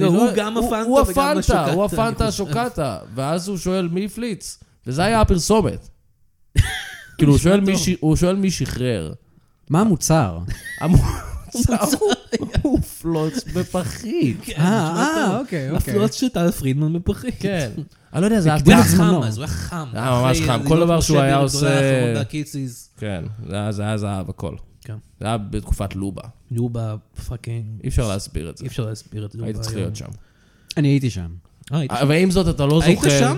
S3: לא, הוא
S2: לא-
S3: גם הפנטה
S2: הוא
S3: וגם
S2: הפנטה, הוא
S3: השוקטה,
S2: הפנטה
S3: אני
S2: השוקטה. ואז הוא שואל מי הפליץ. וזה היה הפרסומת. *laughs* כאילו, הוא שואל מי ש- הוא שואל מי שחרר.
S4: מה המוצר?
S3: *laughs*
S2: המוצר הוא- הוא פלוץ
S3: *laughs*
S2: בפחית.
S3: כן,
S4: אה,
S3: נשמע
S4: אה,
S3: טוב.
S4: אוקיי, אוקיי.
S3: הפלוץ של טל פרידמן בפחית.
S2: כן. אני לא יודע, זה היה
S4: הקדים את
S2: טעם.
S4: זמנו.
S3: חם אז, הוא היה חם. לא
S2: היה ממש
S3: אחרי
S2: חם,
S3: הלילות
S2: כל דבר שהוא
S3: בשבי
S2: היה
S3: הגדולה,
S2: עושה-
S3: חמודה, קיציס.
S2: כן, זה היה- זה היה זהב הכל.
S3: כן.
S2: זה היה בתקופת לובה.
S3: לובה פאקינג.
S2: אי אפשר להסביר את זה.
S3: אי אפשר להסביר את לובה. אה.
S2: היית צריך
S3: היום.
S2: להיות שם.
S4: אני הייתי שם.
S3: אה, היית שם?
S2: אבל עם זאת, אתה לא זוכר...
S3: היית שם?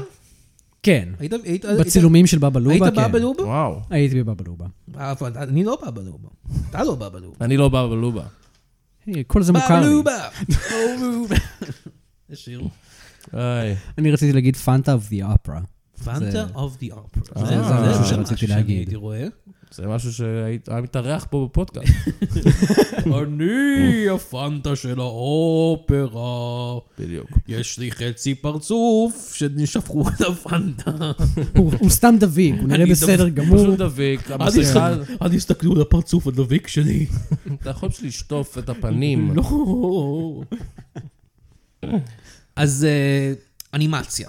S4: כן.
S3: היית... היית-
S4: בצילומים של בבא לובה,
S3: היית
S4: כן.
S3: בבא לובה?
S2: וואו.
S4: הייתי בבבא לובה.
S3: אה, אבל אני לא בבא לובה. אתה לא בבא לובה.
S2: אני לא בא בלובה.
S4: היי, כל זה
S3: בבא
S4: מוכר לי. *laughs*
S3: לובה! בבא לובה. זה שיר.
S2: איי.
S4: אני רציתי להגיד פנטה of the opera.
S3: פנטה
S4: זה-
S3: of the opera.
S2: אה,
S3: זה-
S2: זה מה
S3: זה משהו
S4: שרציתי
S3: שאני
S4: להגיד.
S3: הייתי רואה.
S2: זה משהו שהיית היה מתארח פה בפודקאסט.
S3: אני הפנטה של האופרה.
S2: *laughs* בדיוק.
S3: יש לי חצי פרצוף שנשפכו על *laughs* הפנטה.
S4: הוא הוא סתם דביק, הוא נראה
S3: אני
S4: בסדר גמור.
S2: פשוט דביק,
S3: אל
S2: המסכה,
S3: תסת- אל תסתכלו על הפרצוף הדביק שלי.
S2: אתה יכול פשוט לשטוף את הפנים.
S3: לא. *laughs* אז אה, אנימציה.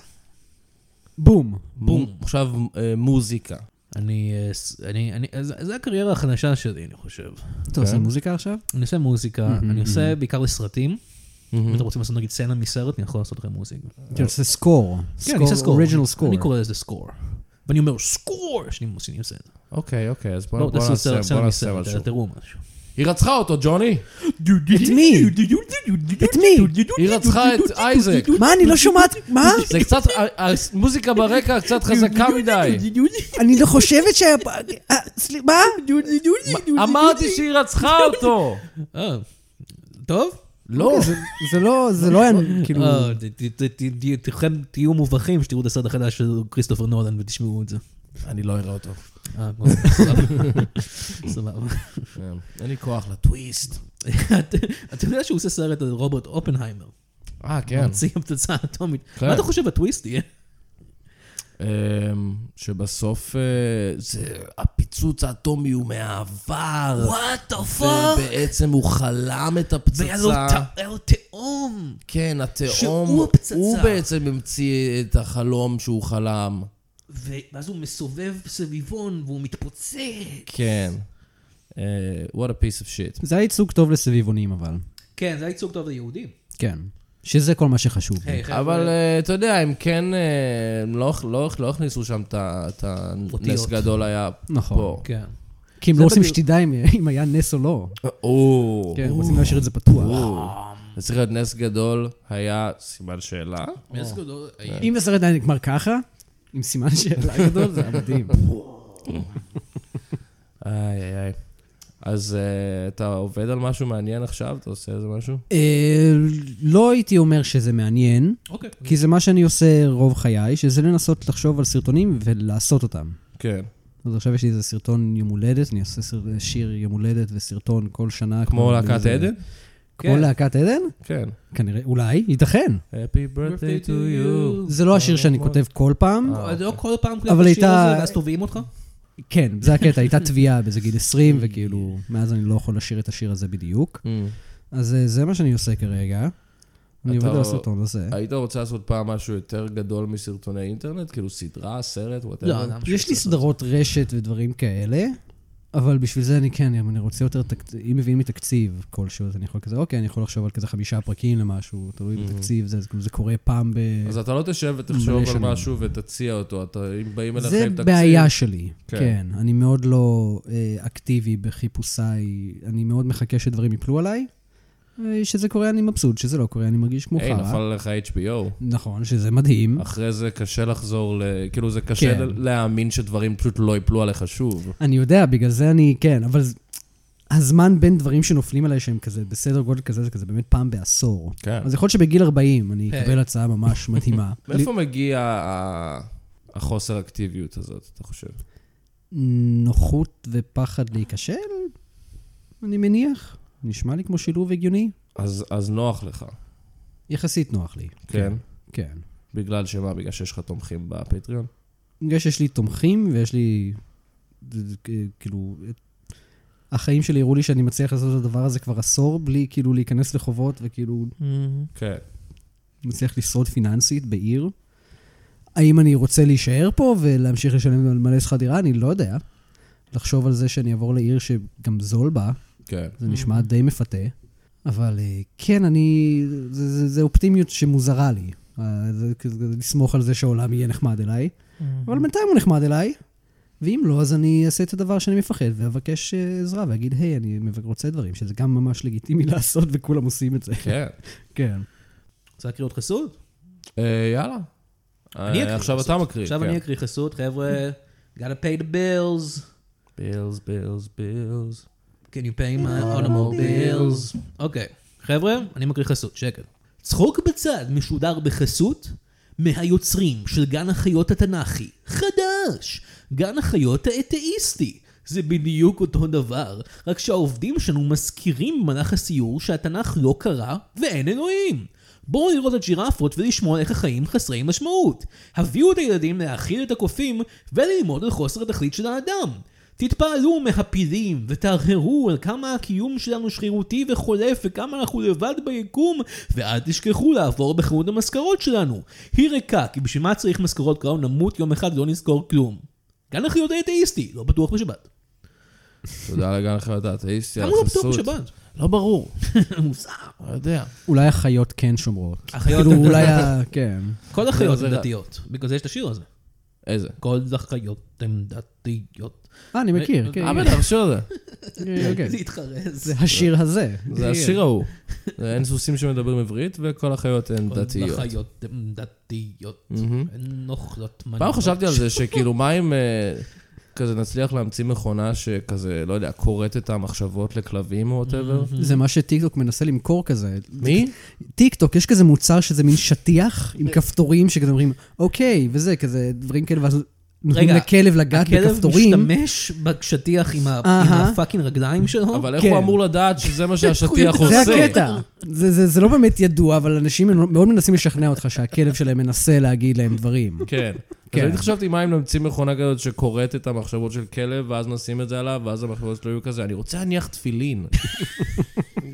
S4: בום.
S2: בום. עכשיו אה, מוזיקה.
S3: אני, אה, ס- אני, אני, אז- אז זה הקריירה החדשה שלי, אני חושב.
S4: אתה
S3: כן.
S4: עושה מוזיקה עכשיו?
S3: אני עושה מוזיקה, אני עושה בעיקר לסרטים. אם אתם
S2: מהמם.
S3: רוצים לעשות נגיד סצנה מסרט, אני יכול לעשות לכם מוזיקה. כן,
S4: אתה עושה סקור.
S3: אני עושה סקור.
S4: אוריג'ינל סקור.
S3: אני קורא לזה סקור. ואני אומר סקור! שאני עושה שאני עושה את זה.
S2: אוקיי, אוקיי, אז בוא
S3: בואו
S2: בוא
S3: תעשו
S2: נעשה
S3: סצנה
S2: בוא
S3: סצנה
S2: נעשה
S3: מסרט,
S2: משהו.
S3: תראו משהו.
S2: היא רצחה אותו, ג'וני.
S4: את
S3: *laughs*
S4: מי? את מי?
S2: היא רצחה את אייזק.
S4: מה, אני לא שומעת? מה?
S2: זה קצת, ה- המוזיקה ברקע קצת חזקה מדי.
S4: אני לא חושבת ש... אה, סליחה, מה?
S2: אמרתי שהיא רצחה אותו.
S3: אה, טוב.
S2: לא,
S4: זה- זה לא, זה לא היה, כאילו...
S3: אה, ת- ת- ת- ת- תכם תהיו מובכים שתראו את הסרט החדש של כריסטופר נולן ותשמעו את זה.
S2: אני לא אראה אותו.
S3: אה, *laughs* אוקיי, סבבה. סבבה.
S2: אין לי כוח לטוויסט.
S3: אתה- אתה יודע שהוא עושה סרט על רוברט אופנהיימר.
S2: אה, כן.
S3: ממציא הפצצה אטומית.
S2: כן.
S3: מה אתה חושב הטוויסט יהיה?
S2: אמ, שבסוף אה, זה הפיצוץ האטומי הוא מהעבר.
S3: וואט דה
S2: ובעצם הוא חלם את הפצצה.
S3: היה לו תאום.
S2: כן, התהום.
S3: שהוא הפצצה.
S2: הוא בעצם המציא את החלום שהוא חלם.
S3: ואז הוא מסובב סביבון והוא מתפוצץ.
S2: כן. אה, what a piece of shit.
S4: זה היה ייצוג טוב לסביבונים, אבל.
S3: כן, זה היה ייצוג טוב ליהודים. כן,
S4: כן. שזה כל מה שחשוב. לי.
S3: היי, חבר'ה,
S2: אבל אה, אתה יודע, הם כן, אה, הם לא- לא לא הכניסו שם את ה- את הנס
S3: אותיות.
S2: גדול היה
S4: נכון.
S2: פה.
S3: כן.
S4: כי הם לא עושים
S3: בדיוק.
S4: שתדע אם- אם היה נס או לא.
S3: אה,
S2: או.
S4: כן, רוצים להשאיר את זה פתוח.
S2: או. זה אה, צריך להיות נס גדול, היה סימן שאלה.
S3: נס
S2: אה.
S3: גדול.
S4: אם הסרט היה נגמר ככה, עם סימן שאלה גדול, זה היה
S2: *laughs*
S4: מדהים.
S2: איי איי איי. אז אה, אתה עובד על משהו מעניין עכשיו? אתה עושה איזה משהו?
S4: אה, לא הייתי אומר שזה מעניין,
S3: אוקיי.
S4: כי זה מה שאני עושה רוב חיי, שזה לנסות לחשוב על סרטונים ולעשות אותם.
S2: כן.
S4: אז עכשיו יש לי איזה סרטון יום הולדת, אני עושה סר- שיר יום הולדת וסרטון כל שנה.
S2: כמו להקת
S4: איזה-
S2: עדן?
S4: כמו
S3: כן.
S4: להקת עדן?
S2: כן.
S4: כנראה, אולי, ייתכן.
S2: Happy birthday to you.
S4: זה לא השיר
S2: אה.
S4: שאני כותב כל פעם.
S3: לא כל פעם
S4: אבל
S3: כותב את השיר
S4: הייתה-
S3: הזה ואז תובעים אותך?
S4: כן, זה הקטע, הייתה
S2: *laughs*
S4: תביעה באיזה גיל 20, וכאילו, מאז אני לא יכול לשיר את השיר הזה בדיוק.
S2: Mm.
S4: אז אה, זה מה שאני עושה כרגע. אני
S2: אתה- לא-
S4: עובד על הסרטון הזה.
S2: היית רוצה לעשות פעם משהו יותר גדול מסרטוני אינטרנט? כאילו סדרה, סרט,
S3: לא,
S2: וואטאבר?
S3: למה
S4: יש לי
S3: שצריך
S4: סדרות רשת ודברים כאלה, אבל בשביל זה אני כן, אני רוצה יותר תקציב, אם מביאים לי תקציב כלשהו, אז אני יכול כזה, אוקיי, אני יכול לחשוב על כזה חמישה פרקים למשהו, תלוי בתקציב, זה, זה קורה פעם ב...
S2: Mhm. אז אתה לא תשב ותחשוב
S4: מלא
S2: על
S4: שנים.
S2: משהו ותציע אותו. אתה- אם באים אליך
S4: זה
S2: עם תקציב...
S4: בעיה שלי,
S2: כן.
S4: כן. כן. אני מאוד לא אה, אקטיבי בחיפושיי, אני מאוד מחכה שדברים יפלו עליי. אה, שזה קורה אני מבסוט, שזה לא קורה אני מרגיש כמו
S2: היי, נפל
S4: חרא.
S2: עליך HBO.
S4: נכון, שזה מדהים.
S2: אחרי זה קשה לחזור ל... כאילו, זה קשה
S4: כן.
S2: להאמין שדברים פשוט לא ייפלו עליך שוב.
S4: אני יודע, בגלל זה אני, כן, אבל ז- הזמן בין דברים שנופלים עליי שהם כזה בסדר גודל כזה, זה כזה באמת פעם בעשור.
S2: כן.
S4: אז יכול להיות שבגיל 40 אני
S3: היי.
S4: אקבל הצעה
S2: *laughs*
S4: ממש מדהימה.
S2: מאיפה מגיע ה- החוסר אקטיביות הזאת, אתה חושב?
S4: נוחות ופחד להיכשל? אני מניח. נשמע לי כמו שילוב הגיוני.
S2: אז, אז נוח לך,
S4: יחסית נוח לי.
S2: כן?
S4: כן.
S2: בגלל שמה? בגלל שיש לך תומכים בפטריון?
S4: בגלל שיש לי תומכים ויש לי, כאילו, את- החיים שלי הראו לי שאני מצליח לעשות את הדבר הזה כבר עשור, בלי כאילו להיכנס לחובות וכאילו
S2: כן.
S4: מצליח לשרוד פיננסית בעיר. האם אני רוצה להישאר פה ולהמשיך לשלם על מלא שכר דירה? אני לא יודע. לחשוב על זה שאני אעבור לעיר שגם זול בה,
S2: כן.
S4: זה נשמע די מפתה. אבל אה, כן, אני... זה, זה, זה אופטימיות שמוזרה לי. אה, זה כזה לסמוך על זה שהעולם יהיה נחמד אליי.
S3: Mm-hmm.
S4: אבל בינתיים הוא נחמד אליי. ואם לא, אז אני אעשה את הדבר שאני מפחד ואבקש אה, עזרה ואגיד, היי, אני מבק- רוצה דברים, שזה גם ממש לגיטימי *laughs* לעשות וכולם עושים את זה.
S2: כן.
S4: כן.
S3: לעשות. רוצה להקריא עוד חסות?
S2: *laughs* אה, יאללה.
S3: אני אקריא
S2: עכשיו
S3: חסות.
S2: אתה מקריא,
S3: עכשיו
S2: כן.
S3: אני אקריא חסות, חבר'ה, gotta pay the bills.
S2: בילס, בילס, בילס.
S3: Can you pay my automobiles? אוקיי, חבר'ה, אני מקריא חסות, שקט. צחוק בצד משודר בחסות מהיוצרים של גן החיות התנ"כי. חדש! גן החיות האתאיסטי. זה בדיוק אותו דבר, רק שהעובדים שלנו מזכירים במהלך הסיור שהתנ"ך לא קרה ואין אלוהים. בואו לראות את ג'ירפות ולשמוע איך החיים חסרי משמעות. הביאו את הילדים להאכיל את הקופים וללמוד על חוסר התכלית של האדם. תתפעלו מהפילים ותהרהרו על כמה הקיום שלנו שרירותי וחולף וכמה אנחנו לבד ביקום ואל תשכחו לעבור בחנות המשכרות שלנו. היא ריקה, כי בשביל מה צריך משכרות קראו נמות יום אחד לא נזכור כלום. גן החיות האתאיסטי, לא בטוח בשבת.
S2: תודה לגן החיות האתאיסטי, על
S3: למה הוא לא בטוח
S2: חסות.
S3: בשבת?
S2: לא
S3: *laughs*
S2: ברור,
S3: מוזר.
S2: לא יודע.
S4: אולי החיות כן שומרות.
S3: החיות-
S4: כאילו, אולי ה... *laughs* כן.
S3: כל החיות
S2: זה
S3: הן
S2: רע.
S3: דתיות, בגלל זה יש את השיר הזה.
S2: איזה?
S3: כל החיות הן דתיות.
S4: אה, אני מכיר, כן.
S2: אה, בטח, אפשר זה.
S4: כן, כן.
S3: זה התחרז.
S4: זה השיר הזה.
S2: *laughs* זה השיר ההוא. זה אין סוסים שמדברים עברית, וכל החיות הן דתיות.
S3: כל החיות הן דתיות. הן אוכלות מנות.
S2: פעם חשבתי על *laughs* זה שכאילו, מה אם אה, כזה נצליח להמציא מכונה שכזה, לא יודע, קוראת את המחשבות לכלבים או וואטאבר?
S4: זה מה שטיקטוק מנסה למכור כזה.
S2: מי? אה.
S4: טיקטוק, יש כזה מוצר שזה מין שטיח עם כפתורים שכזה אומרים, אוקיי, וזה, כזה דברים כאלה, ואז נותנים
S3: רגע,
S4: לכלב לגעת בכפתורים.
S3: הכלב משתמש בשטיח עם ה- עם
S4: אהה.
S3: הפאקינג רגליים שלו?
S2: אבל איך הוא
S4: כן.
S2: אמור לדעת שזה מה שהשטיח *laughs* עושה?
S4: זה הקטע. זה, זה, זה לא באמת ידוע, אבל אנשים מאוד מנסים לשכנע אותך שהכלב שלהם מנסה להגיד להם דברים.
S2: כן. אז
S4: כן.
S2: אני חשבתי, מה אם נמציא מכונה כזאת שקוראת את המחשבות של כלב, ואז נשים את זה עליו, ואז המחשבות שלו יהיו כזה, אני רוצה להניח *laughs* תפילין.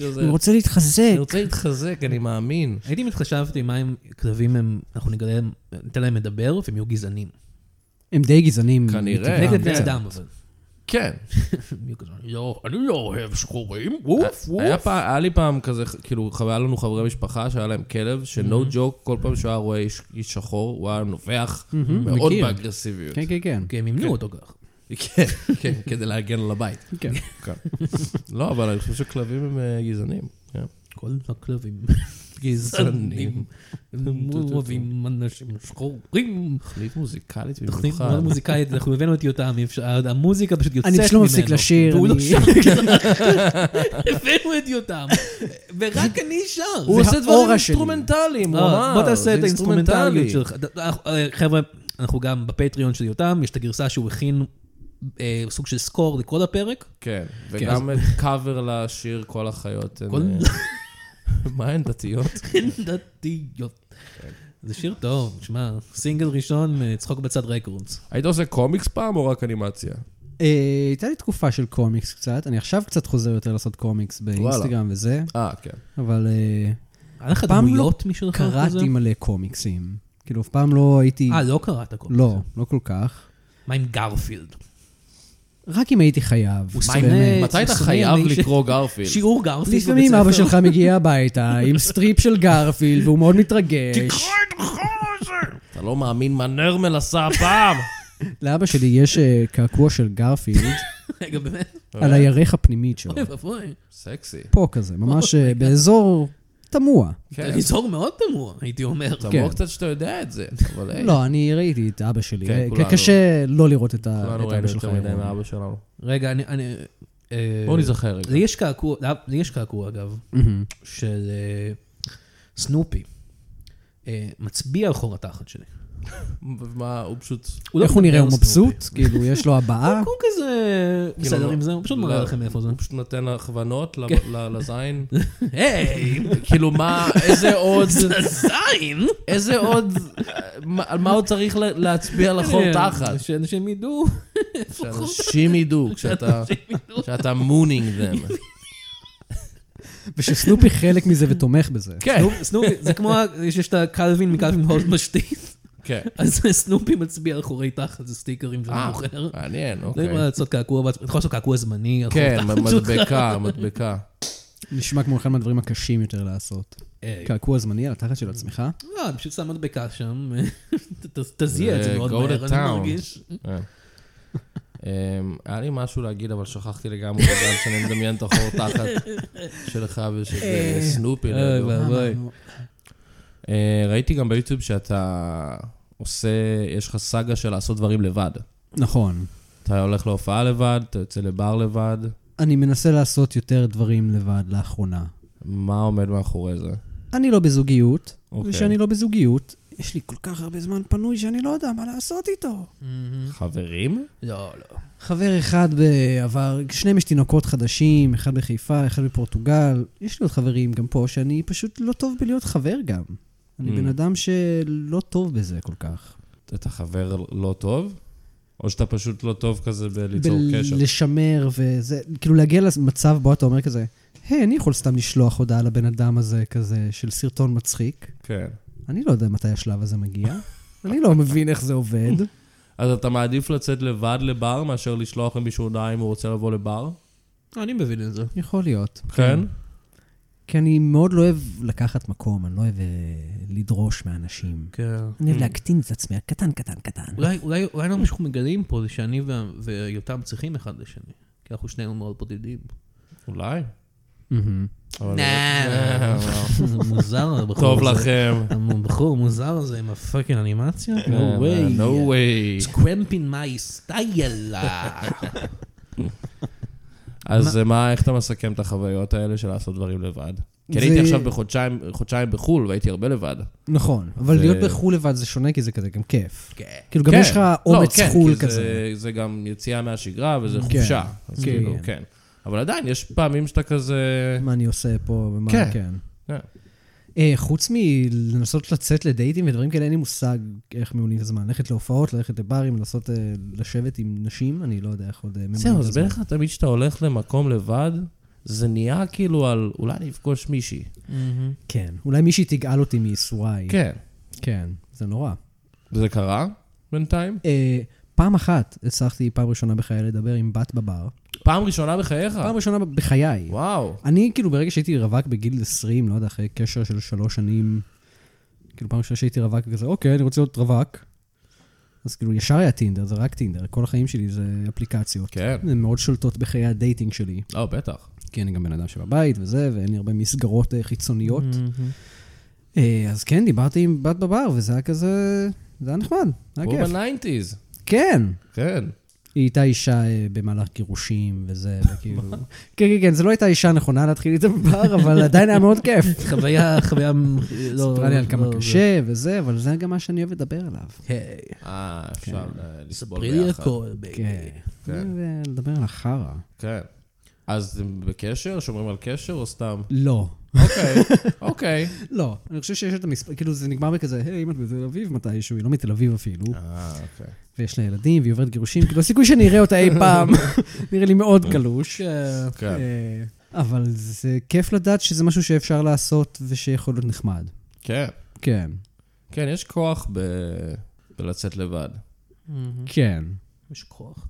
S2: כזה,
S4: אני רוצה להתחזק.
S2: אני רוצה להתחזק, אני מאמין.
S3: הייתי מתחשבתי מה אם כלבים הם, אנחנו נגלה, ניתן להם לדבר והם יהיו גזענים.
S4: הם די גזענים.
S2: כנראה.
S4: מטבעם.
S3: נגד בני
S2: קצת.
S3: אדם אבל.
S2: כן.
S3: הם יהיו גזענים. לא, אני לא אוהב שחורים, ווף
S2: היה,
S3: ווף.
S2: פעם, היה לי פעם כזה, כאילו, חו- היה לנו חברי משפחה שהיה להם כלב, שנו ג'וק, כל פעם שהוא היה רואה איש, איש שחור, הוא היה נובח מאוד
S4: מכיר.
S2: באגרסיביות.
S4: כן, כן, כן.
S3: כי הם ימנו אותו כך.
S2: כן, כן, כדי להגן על הבית.
S4: כן.
S2: כן. לא, אבל אני חושב שכלבים הם אה, גזענים. כן.
S3: כל הכלבים
S2: *laughs* גזענים.
S3: גזענים. הם אוהבים אנשים שחורים.
S2: תוכנית מוזיקלית
S3: תוכנית
S2: במיוחד.
S3: מאוד מוזיקאית, אנחנו הבאנו את יותם, אי אפשר- המוזיקה פשוט יוצאת
S4: אני
S3: ממנו.
S4: פשוט לא מפסיק לשיר,
S3: והוא לא
S4: אני-
S3: שר. *laughs* הבאנו את יותם, ורק אני שר.
S2: הוא
S4: זה
S2: עושה
S4: האורה
S2: דברים
S4: שלי.
S2: אינסטרומנטליים, הוא
S3: אה,
S2: אמר.
S3: בוא תעשה
S2: זה
S3: את האינסטרומנטליות
S2: אינסטרומנטלי.
S3: שלך. ד- אה, חבר'ה, אנחנו גם בפטריון של יותם, יש את הגרסה שהוא הכין אה, סוג של סקור לכל
S4: *laughs*
S3: הפרק.
S2: כן, וגם את קאבר לשיר כל החיות. הן,
S3: כל-
S2: אה, *laughs* מה הן דתיות?
S3: דתיות.
S4: כן.
S3: זה שיר טוב, שמע, סינגל ראשון, אה, צחוק בצד רקורדס.
S2: היית עושה קומיקס פעם או רק אנימציה?
S4: אה, הייתה לי תקופה של קומיקס קצת, אני עכשיו קצת חוזר יותר לעשות קומיקס באינסטגרם וזה,
S2: אה, כן.
S4: אבל אה,
S3: היה לך
S4: פעם לא
S3: דמויות משלך? כזה?
S4: קראתי מלא קומיקסים. כאילו, אף פעם לא הייתי...
S3: אה, לא קראת קומיקס.
S4: לא, לא כל כך.
S3: מה עם גרפילד?
S4: רק אם הייתי חייב.
S3: שונא-
S4: באמת.
S2: אה, מתי היית
S3: שונא
S2: חייב
S3: מישהו-
S2: לקרוא גרפילד?
S3: שיעור גרפילד בבית ספר.
S4: לפעמים אבא שלך
S2: *laughs*
S4: מגיע הביתה עם סטריפ של גרפילד, והוא מאוד מתרגש.
S2: אתה לא מאמין מה נרמל עשה הפעם.
S4: לאבא שלי יש אה, קעקוע של
S2: *laughs*
S4: גרפילד
S3: רגע, באמת?
S4: על הירך הפנימית שלו.
S3: אוי ואבוי.
S2: סקסי.
S4: פה כזה, ממש אה, באזור תמוה.
S2: כן.
S3: אזור מאוד תמוה, הייתי אומר. כן.
S2: תמור קצת שאתה יודע את זה, אבל היי.
S4: לא, אני ראיתי את אבא שלי.
S2: אה, כן,
S4: אה,
S2: כולנו.
S4: קשה לא לראות את ה-
S2: כולנו
S4: את אבא
S2: ראינו
S4: שלך.
S2: יותר מדי
S3: לא
S4: היום.
S2: מאבא שלנו.
S3: רגע, אני... אני- אה,
S2: בואו נזכר רגע.
S3: לי יש קעקוע, לא, לי יש קעקוע אגב, של אה, סנופי. אה, מצביע על חור התחת שלי.
S2: מה, הוא פשוט...
S3: לא
S4: איך הוא נראה?
S3: מדבר
S4: הוא
S3: על סנופי.
S4: מבסוט?
S2: *laughs*
S4: כאילו, יש לו הבעה?
S3: הוא כזה בסדר
S2: לא-
S3: עם זה, הוא פשוט
S2: לא.
S3: מראה לכם איפה זה.
S2: הוא פשוט נותן הכוונות ל-
S3: כן.
S2: ל- לזין.
S3: היי,
S2: *laughs* כאילו, מה, איזה עוד... *laughs*
S3: זין!
S2: איזה עוד... מה- על מה עוד צריך לה- להצביע לחור תחת?
S3: שאנשים כן. ידעו. איפה חור
S2: כן. שאנשים ידעו, כשאתה... כשאתה מונינג them.
S4: ושסנופי חלק מזה ותומך בזה.
S2: כן.
S3: תחת. סנופי, זה כמו, ה- יש את הקלווין מקלווין
S2: *laughs*
S3: הולד משתית,
S2: כן.
S3: אז סנופי מצביע על חורי תחת, זה סטיקרים שאני
S2: אה,
S3: מוכר.
S2: מעניין,
S3: לא יכול
S2: אוקיי.
S3: לעשות קעקוע, בעצמו, אתה יכול לעשות קעקוע זמני. על חור
S2: כן,
S3: תחת שלך.
S2: מדבקה, מדבקה.
S4: נשמע כמו אחד מהדברים הקשים יותר לעשות.
S3: היי.
S2: כן.
S4: קעקוע זמני על התחת של עצמך?
S3: אה, לא, אני פשוט שם מדבקה שם, *laughs* ת- ת- תזיע את
S2: זה
S3: זה מאוד
S2: go
S3: מהר,
S2: to
S3: אני
S2: town.
S3: מרגיש.
S2: אה. אמ, היה לי משהו להגיד, אבל שכחתי לגמרי, בגלל שאני מדמיין את החור תחת *laughs* שלך ושל אה, סנופי.
S3: אוי
S2: לידו.
S3: ואבוי.
S2: אה, ראיתי גם ביוטיוב שאתה עושה, יש לך סאגה של לעשות דברים לבד.
S4: נכון.
S2: אתה הולך להופעה לבד, אתה יוצא לבר לבד,
S4: אני מנסה לעשות יותר דברים לבד לאחרונה.
S2: מה עומד מאחורי זה?
S3: Mm-hmm.
S4: אני לא בזוגיות,
S2: אוקיי.
S4: וכשאני לא בזוגיות, יש לי כל כך הרבה זמן פנוי שאני לא יודע מה לעשות איתו.
S2: חברים?
S3: לא, לא.
S4: חבר אחד בעבר, שניהם יש תינוקות חדשים, אחד בחיפה, אחד בפורטוגל. יש לי עוד חברים גם פה, שאני פשוט לא טוב בלהיות חבר גם. אני
S2: Mm.
S4: בן אדם שלא טוב בזה כל כך.
S2: אתה חבר לא טוב? או שאתה פשוט לא טוב כזה בליצור קשר?
S4: לשמר וזה, כאילו להגיע למצב בו אתה אומר כזה, היי, אני יכול סתם לשלוח הודעה לבן אדם הזה כזה של סרטון מצחיק.
S2: כן.
S4: אני לא יודע מתי השלב הזה
S2: *laughs*
S4: מגיע. אני לא מבין איך זה עובד.
S2: אז אתה מעדיף לצאת לבד לבר מאשר לשלוח למישהו הודעה אם הוא רוצה לבוא לבר? לא,
S3: אני מבין את זה.
S4: יכול להיות.
S2: כן?
S4: כי אני מאוד לא אוהב לקחת מקום, אני לא אוהב אה, לדרוש מאנשים.
S3: כן.
S4: אני אוהב להקטין את עצמי, קטן, קטן, קטן.
S3: אולי, אולי, אולי מה שאנחנו מגלים פה זה שאני וה- ויותם צריכים אחד לשני. כי אנחנו שנינו מאוד
S2: *laughs*
S3: בודדים.
S2: אולי.
S4: מהמם.
S3: *laughs*
S2: אבל- *laughs*
S3: זה מוזר הבחור
S2: טוב
S3: הזה.
S2: לכם. כן,
S3: הבחור המוזר הזה עם הפאקינג אנימציה? No way.
S2: No way.
S3: סקרמפין מי סטייל.
S2: אז מה, איך אתה מסכם את החוויות האלה של לעשות דברים לבד? כי אני
S4: זה-
S2: הייתי עכשיו בחודשיים חודשיים בחו"ל והייתי הרבה לבד.
S4: נכון, אבל
S2: זה-
S4: להיות בחו"ל לבד זה שונה, כי זה כזה גם
S3: *laughs*
S4: כיף.
S3: כן.
S4: כאילו, גם
S2: כן.
S4: יש לך
S2: לא,
S4: אומץ
S2: כן,
S4: חו"ל
S2: כי
S4: כזה.
S2: זה- זה גם יציאה מהשגרה וזה
S4: כן.
S2: חופשה. אז
S4: כן.
S2: כאילו, כן. אבל עדיין, יש פעמים שאתה כזה...
S4: מה אני עושה פה ומה,
S2: כן.
S4: כן.
S2: כן.
S4: אה, חוץ מלנסות לצאת לדייטים ודברים כאלה, אין לי מושג איך מעולים את הזמן. ללכת להופעות, ללכת לברים, לנסות אה, לשבת עם נשים, אני לא יודע איך עוד אה, ממלאים את
S2: זהו, אז
S4: הזמן.
S2: בדרך כלל תמיד כשאתה הולך למקום לבד, זה נהיה כאילו על אולי אני אפגוש מישהי.
S4: כן. אולי מישהי תגאל אותי מייסוריי.
S2: כן.
S4: כן, זה נורא.
S2: זה קרה בינתיים?
S4: אה, פעם אחת הצלחתי פעם ראשונה בחיי לדבר עם בת בבר.
S2: פעם ראשונה בחייך?
S4: פעם ראשונה בחיי.
S2: וואו.
S4: אני, כאילו, ברגע שהייתי רווק בגיל 20, לא יודע, אחרי קשר של שלוש שנים, כאילו, פעם ראשונה שהייתי רווק, כזה, אוקיי, אני רוצה להיות רווק. אז כאילו, ישר היה טינדר, זה רק טינדר. כל החיים שלי זה אפליקציות.
S2: כן.
S4: הן מאוד שולטות בחיי הדייטינג שלי,
S2: לא, בטח.
S4: כי אני גם בן אדם שבבית וזה, ואין לי הרבה מסגרות אה, חיצוניות. אה, אז כן, דיברתי עם בת בבר, וזה היה כזה... זה היה נחמד, זה היה
S2: הוא
S4: כיף.
S2: בניינטיז.
S4: כן.
S2: כן.
S4: היא הייתה אישה אה, במהלך גירושים
S2: *laughs*
S4: וזה, וכאילו... כן, כן, כן, זו לא הייתה אישה נכונה להתחיל איתה בבר, אבל עדיין היה מאוד
S2: *laughs*
S4: כיף.
S3: חוויה, חוויה... לא-
S4: סיפרה לי על כמה
S3: לא-
S4: קשה וזה, אבל זה גם מה שאני אוהב לדבר עליו.
S3: היי,
S2: אה, אפשר אה, לסבול
S3: ספרי לי
S2: ביחד.
S3: הכל, בייבי.
S4: כן.
S2: כן.
S4: לדבר על החרא.
S2: כן. אז אתם בקשר? שומרים על קשר או
S4: *laughs*
S2: סתם?
S4: לא.
S2: אוקיי, אוקיי.
S4: לא, אני חושב שיש את המספר, כאילו זה נגמר בכזה, היי, אם את בתל אביב מתישהו, היא לא מתל אביב אפילו,
S2: אה, אוקיי.
S4: ויש לה ילדים והיא עוברת גירושים, כאילו הסיכוי שאני אראה
S2: *laughs*
S4: אותה אי פעם, *laughs* נראה לי מאוד קלוש.
S2: כן,
S4: אה, אבל זה כיף לדעת שזה משהו שאפשר לעשות ושיכול להיות נחמד.
S2: כן.
S4: כן.
S2: כן, יש כוח ב... בלצאת לבד.
S4: כן.
S3: יש כוח.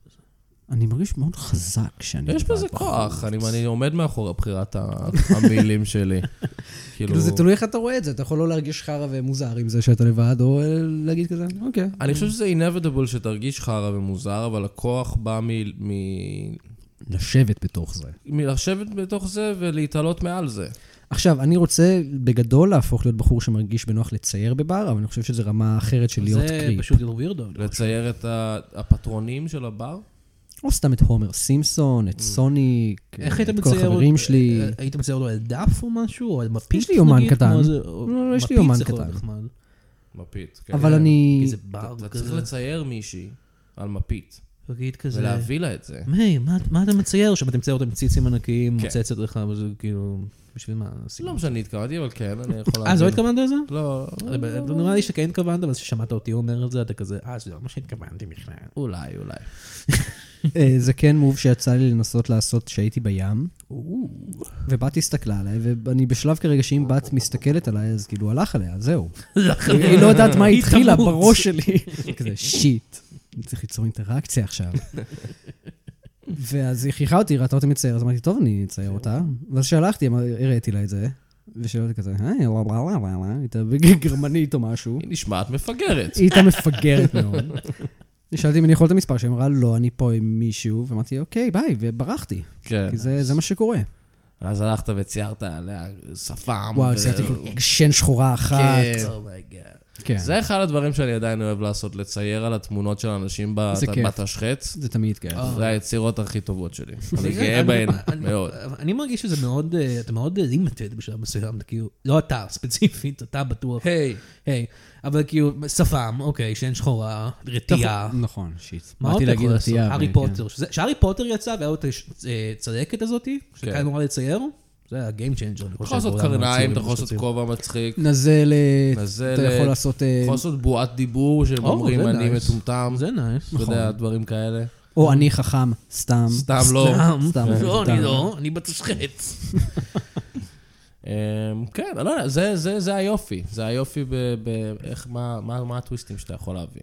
S4: אני מרגיש מאוד חזק שאני...
S2: יש
S4: לבד
S2: בזה
S4: בחוץ.
S2: כוח, אני, אני עומד מאחורי בחירת ה- *laughs* המילים
S4: *laughs*
S2: שלי. כאילו,
S4: כאילו, זה תלוי איך אתה רואה את זה, אתה יכול לא להרגיש חרא ומוזר עם זה שאתה לבד, או אה, להגיד כזה, אוקיי.
S2: אני חושב שזה inevitable שתרגיש חרא ומוזר, אבל הכוח בא מ... מ...
S4: לשבת בתוך זה.
S2: מלשבת בתוך זה ולהתעלות מעל זה.
S4: עכשיו, אני רוצה בגדול להפוך להיות בחור שמרגיש בנוח לצייר בבר, אבל אני חושב שזו רמה אחרת של להיות
S3: זה
S4: קריפ. כן.
S3: פשוט ווירדו.
S2: לצייר את ה... הפטרונים של הבר?
S4: או סתם את הומר סימפסון, את סוניק, אה,
S3: איך
S4: את
S3: היית
S4: כל
S3: מצייר?
S4: החברים שלי.
S3: אה, היית מצייר אותו על דף או משהו? או על מפית?
S4: יש לי יומן
S3: נגיד?
S4: קטן.
S3: כמו איזה- או-
S4: לא, יש לי
S3: מפית
S4: יומן
S3: זה יכול להיות
S4: קטן.
S3: נחמד.
S2: מפית. כן.
S4: אבל אני...
S3: כי אוקיי, זה בר
S2: אתה צריך
S3: כזה.
S2: לצייר מישהי על מפית,
S3: תגיד כזה.
S2: ולהביא לה את זה.
S3: היי, מה מה אתה מצייר? שם אתה מצייר אותם עם ציצים ענקיים,
S2: כן.
S3: מוצצת לך, וזה כאילו... בשביל מה?
S2: לא משנה, התכוונתי, אבל כן, אני יכול להבין.
S3: אה, זה אה, לא התכוונת לזה?
S2: לא,
S3: נראה לי שכן התכוונת, אבל כששמעת אותי אומר את זה, אתה כזה, אה, זה לא מה שהתכוונתי בכלל.
S2: אולי, אולי.
S4: אה, זה כן מוב שיצא לי לנסות לעשות כשהייתי בים, ובת הסתכלה עליי, ואני בשלב כרגע שאם בת מסתכלת עליי, אז כאילו הלך עליה, זהו. היא לא יודעת מה
S3: היא
S4: התחילה
S3: תמות.
S4: בראש שלי. *laughs* כזה, שיט, אני צריך ליצור אינטראקציה עכשיו.
S3: *laughs*
S4: ואז היא חייכה אותי, ראתה אותי מצייר, אז אמרתי, טוב, אני אצייר
S3: כן.
S4: אותה. ואז שהלכתי, אמר- הראיתי לה את זה. ושאלה אותי כזה, היי, לא, לא, לא, לא, לא, היא הייתה בגרמנית או משהו.
S2: היא נשמעת מפגרת.
S4: היא הייתה מפגרת מאוד. שאלתי אם אני יכול את המספר שלי, היא אמרה, לא, אני פה עם מישהו, ואמרתי, אוקיי, ביי, וברחתי.
S2: כן.
S4: כי זה זה מה שקורה.
S2: אז הלכת וציירת עליה שפם.
S4: וואו,
S2: ו-
S4: ציירתי כל- שן שחורה אחת,
S3: אה,
S2: כן.
S3: אומייגאד.
S4: כן.
S2: זה אחד הדברים שאני עדיין אוהב לעשות, לצייר על התמונות של אנשים בת-
S4: זה כיף. אה.
S2: בתשחץ.
S4: זה תמיד כן. כיף.
S2: זה היצירות הכי טובות שלי.
S3: אני-
S2: אני גאה
S3: אני-
S2: בהן,
S3: אני-
S2: מאוד.
S3: אני מרגיש שזה מאוד, אה, אתה מאוד לימטד בשלב מסוים, אתה כאילו, לא אתה ספציפית, *laughs* אתה בטוח.
S2: היי.
S3: היי, אבל כאילו, שפם, אוקיי, שאין שחורה, רטייה.
S4: נכון, שיט.
S3: מה עוד
S4: באתי
S3: אתה
S4: להגיד
S3: יכול
S4: כן,
S3: לעשות?
S4: רטייה,
S3: הארי
S4: אבל-
S3: פוטר. שזה- כשהארי פוטר יצא והיה אה, לו את הצלקת הזאתי, שקל נורא לצייר, זה היה Game Changer. אני
S2: כן. אתה
S3: חושב,
S2: יכול לעשות
S3: בעולם הציורים
S2: קרניים, אתה יכול לעשות
S3: והמשתתפים.
S2: כובע מצחיק,
S4: כן. נזלת,
S2: נזלת.
S4: אתה יכול לעשות... אה,
S2: אתה יכול לעשות בועת דיבור, שהם
S3: או,
S2: אומרים
S3: זה
S2: אני
S3: nice. נכון.
S2: מטומטם,
S3: זה נייס.
S2: אתה יודע, דברים כאלה.
S4: או אני חכם, סתם.
S2: סתם לא.
S4: סתם,
S3: *laughs* לא,
S4: סתם.
S3: אני לא, אני בתשחץ.
S2: אמ, כן, אני לא יודע, זה- זה- זה היופי. זה היופי ב- ב- איך, מה- מה מה הטוויסטים שאתה יכול להביא.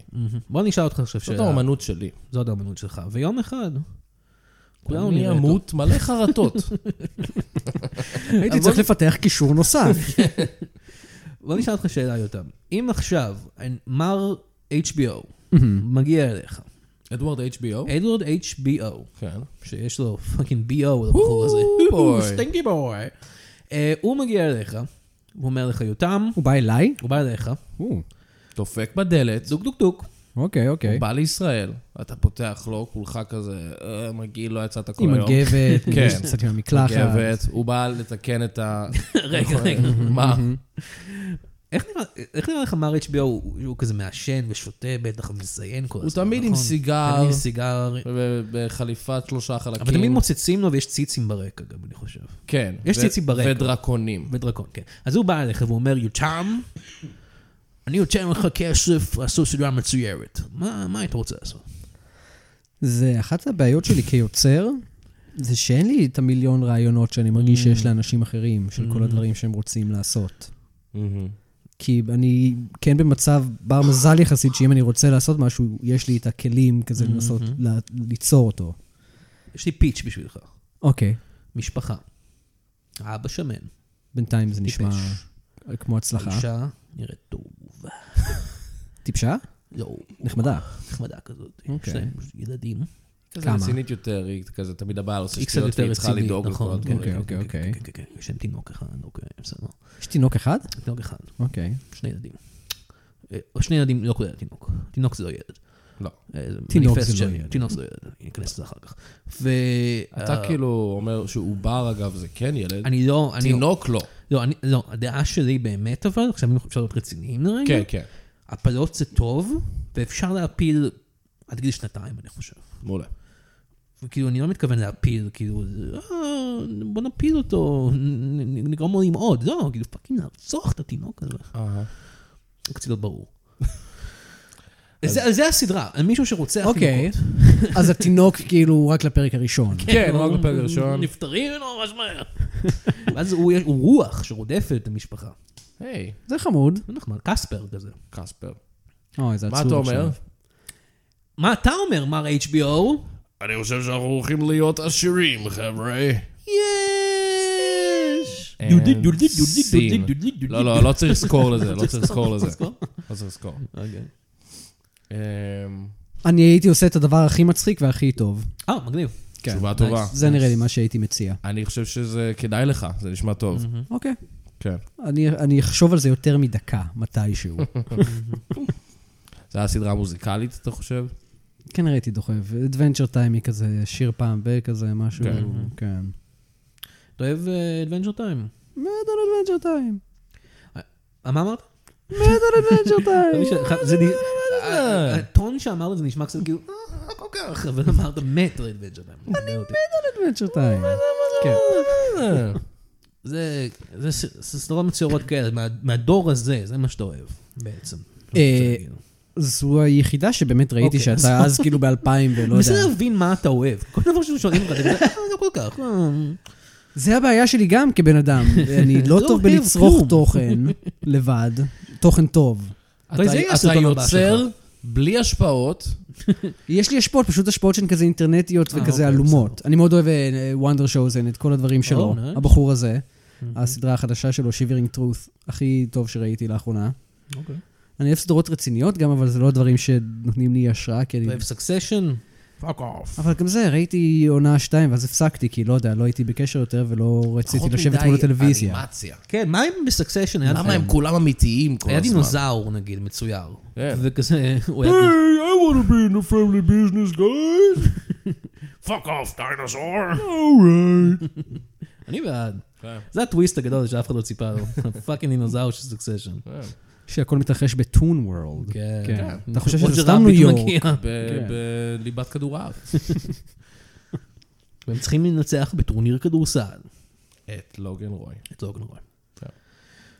S3: בוא נשאל אותך עכשיו
S2: זאת
S3: שאלה.
S2: האומנות שלי.
S3: זאת האמנות שלך. ויום אחד, כולנו
S2: אני
S3: נראה אותו.
S2: אמות מלא
S3: *laughs*
S2: חרטות.
S4: הייתי צריך לפתח קישור נוסף.
S3: בוא נשאל אותך שאלה יותר. אם עכשיו, מר HBO מגיע אליך,
S2: אדוארד HBO?
S3: אדוורד HBO,
S2: כן.
S3: שיש לו פאקינג BO לבחור הזה.
S2: בוי. *laughs*
S3: סטינקי בוי. אה, הוא מגיע אליך, הוא אומר לך יותם,
S4: הוא בא אליי?
S3: הוא בא אליך,
S2: דופק בדלת,
S3: דוק דוק דוק,
S4: אוקיי, אוקיי.
S2: הוא בא לישראל, אתה פותח לו, כולך כזה, "אה, מגעיל, לא יצאת כל
S4: עם
S2: היום.
S4: מגבת,
S2: כן.
S4: קצת עם המקלחת.
S2: גבת, הוא בא לתקן את ה...
S3: *laughs* רגע, רגע.
S2: מה?
S3: איך נראה- איך נראה לך מר HBO, הוא הוא כזה מעשן ושותה בטח ומזיין כל
S2: הוא
S3: הזמן,
S2: תמיד עם
S3: נכון?
S2: סיגר. כאילו-
S3: תמיד עם סיגר,
S2: ב- בחליפת שלושה חלקים.
S3: אבל תמיד מוצצים לו ויש ציצים ברקע גם, אני חושב.
S2: כן.
S3: יש
S2: ו-
S3: ציצים ברקע.
S2: ודרקונים.
S3: ודרקון, כן. אז הוא בא אליך ואומר, יותם, אני נותן לך כסף לעשות סדרה מצוירת. מה מה היית רוצה לעשות?
S4: זה אחת הבעיות שלי כיוצר, זה שאין לי את המיליון רעיונות שאני מרגיש
S2: Mm.
S4: שיש לאנשים אחרים, של כל הדברים שהם רוצים לעשות.
S2: מהמם.
S4: כי אני כן במצב בר מזל יחסית, שאם אני רוצה לעשות משהו, יש לי את הכלים כזה
S2: Mm-hmm.
S4: לנסות ל- ליצור אותו.
S3: יש לי פיץ' בשבילך.
S4: אוקיי.
S3: משפחה. אבא שמן.
S4: בינתיים זה נשמע כמו הצלחה.
S3: אישה נראית טוב.
S4: טיפשה?
S3: לא,
S4: נחמדה.
S3: נחמדה כזאת. יש
S4: אוקיי.
S3: להם ילדים.
S2: כזה
S4: כמה?
S2: רצינית יותר, היא כזה תמיד הבעל עושה
S3: היא קצת
S2: שטויות,
S3: יותר
S2: והיא צריכה
S3: רצינית,
S2: לדאוג לכל
S3: נכון.
S2: הדברים.
S4: אוקיי, אוקיי.
S3: כן, כן, כן. יש להם תינוק אחד, אוקיי, בסדר.
S4: יש תינוק אחד?
S3: תינוק אחד,
S4: אוקיי.
S3: שני ילדים. אה, או שני ילדים, לא כולל תינוק. תינוק זה לא ילד.
S2: לא.
S3: אה, זה
S4: תינוק
S3: מניפסט
S4: זה לא
S3: שלי.
S4: ילד.
S3: תינוק זה לא ילד, אני אכנס לזה אחר כך. אה,
S2: אתה
S3: ואתה
S2: כאילו אומר שעובר, אגב, זה כן ילד.
S3: אני לא, אני...
S2: תינוק לא.
S3: לא, אני, לא, הדעה שלי באמת אבל, עכשיו אם אפשר להיות רציניים לרגע.
S2: כן, כן.
S3: הפלות זה טוב, ואפשר להפיל עד גיל שנתיים, אני חושב.
S2: מעולה.
S3: וכאילו, אני לא מתכוון להפיל, כאילו, אה, בוא נפיל אותו, נ- נ- נגרום לו למעוד. לא, כאילו, פאקינג לרצוח את התינוק הזה.
S2: אהה.
S3: זה קצת לא
S2: *laughs*
S3: ברור. זה, זה הסדרה, על מישהו שרוצח
S4: אוקיי.
S3: תינוקות.
S4: אז התינוק כאילו הוא רק לפרק הראשון.
S2: כן, רק בפרק הראשון.
S3: נפטרים ממנו ממש מהר. *laughs* ואז הוא, הוא רוח שרודפת את המשפחה.
S2: היי,
S4: זה חמוד.
S3: זה נחמד, קספר כזה.
S2: קספר.
S4: אוי, זה
S2: מה
S4: עצוב
S2: אתה אומר?
S4: עכשיו.
S3: מה אתה אומר, מר HBO?
S2: אני חושב שאנחנו הולכים להיות עשירים, חבר'ה.
S3: יש!
S2: And
S3: דודית, דודית, דודית,
S2: scene.
S3: דודית, דודית, דודית.
S2: לא, לא, לא
S3: *laughs*
S2: צריך לזכור לזה, לא צריך לזכור לזה.
S3: לזכור?
S2: לא צריך
S3: *laughs*
S2: לזכור.
S3: אוקיי.
S2: אמ,
S4: אני הייתי עושה את הדבר הכי מצחיק והכי טוב.
S3: אה, מגניב.
S2: תשובה טובה.
S4: זה נראה לי מה שהייתי מציע.
S2: אני חושב שזה כדאי לך, זה נשמע טוב.
S3: Mm.
S4: אוקיי.
S2: כן.
S4: אני, אני אחשוב על זה יותר מדקה,
S3: *laughs*
S4: מתישהו.
S2: זה היה סדרה מוזיקלית, אתה חושב?
S4: כנראה הייתי כן, דוחף. Adventure Time היא כזה, שיר פעם ב... כזה, משהו.
S2: כן.
S4: כן.
S3: אתה אוהב אה, Adventure Time?
S4: מת על Adventure Time.
S3: אה, מה אמרת? לא
S4: מת על
S3: *laughs*
S4: Adventure Time.
S3: זה נ- ה- הטון שאמרת זה נשמע קצת כאילו, "אה, לא כל כך, אבל אמרת מת על Adventure Time. אני
S4: Adventure Time. כן.
S2: אה,
S3: זה זה ס- זה סדרות מצוירות כאלה, מה- מהדור הזה, זה מה שאתה אוהב בעצם. לא
S4: אה, זו היחידה שבאמת ראיתי
S3: אוקיי,
S4: שאתה אז כאילו באלפיים ולא
S3: אני מנסה
S4: יודע.
S3: להבין מה אתה אוהב. כל דבר ששואלים לך, אתה כזה, "אה, לא כל כך. אה,
S4: זה הבעיה שלי גם כבן
S3: *laughs*
S4: אדם. אני לא
S3: לא
S4: טוב
S3: אוהב
S4: בלצרוך
S3: כלום.
S4: תוכן לבד, תוכן טוב.
S3: אוקיי, זה יהיה
S2: אתה אתה
S3: הסרטון הבא
S2: יוצר בלי השפעות,
S4: יש לי השפעות, פשוט השפעות שהן כזה אינטרנטיות
S3: אה,
S4: וכזה
S3: אוקיי,
S4: עלומות. אני מאוד אוהב אה, וונדר שוזן, את כל הדברים שלו,
S3: nice.
S4: הבחור הזה. הסדרה החדשה שלו, Shivering Truth, הכי טוב שראיתי לאחרונה.
S3: אוקיי.
S4: אני אוהב סדרות רציניות גם, אבל זה לא דברים שנותנים לי השראה, כי אני...
S3: אתה אוהב סקסשן? פאק אוף.
S4: אבל גם זה, ראיתי עונה שתיים, ואז הפסקתי, כי לא יודע, לא הייתי בקשר יותר ולא רציתי לשבת מול
S2: פחות מדי
S4: הטלוויזיה.
S2: אנימציה.
S3: כן, מה עם בסקסשן?
S2: למה הם כולם אמיתיים כל
S3: היה
S2: הזמן?
S3: דינוזאור, נגיד, מצויר.
S2: כן.
S3: וכזה, הוא היה...
S2: Hey, I want to be in a family business, guys. *laughs*
S3: פאק אוף, דיינוזאור. אני בעד.
S2: כן.
S3: זה הטוויסט הגדול שאף אחד לא ציפה לו. *laughs* הפאקינג דינוזאור של סקסשן.
S4: שהכל מתרחש בטון וורלד.
S3: כן.
S4: אתה חושב
S3: רוג'ר
S4: שזה סתם
S3: רביט
S4: ניו יורק.
S3: מגיע.
S2: ב- בליבת כדור הארץ.
S3: והם צריכים לנצח בטורניר כדורסל.
S2: את לוגן רוי.
S3: את לוגן רוי.
S2: כן.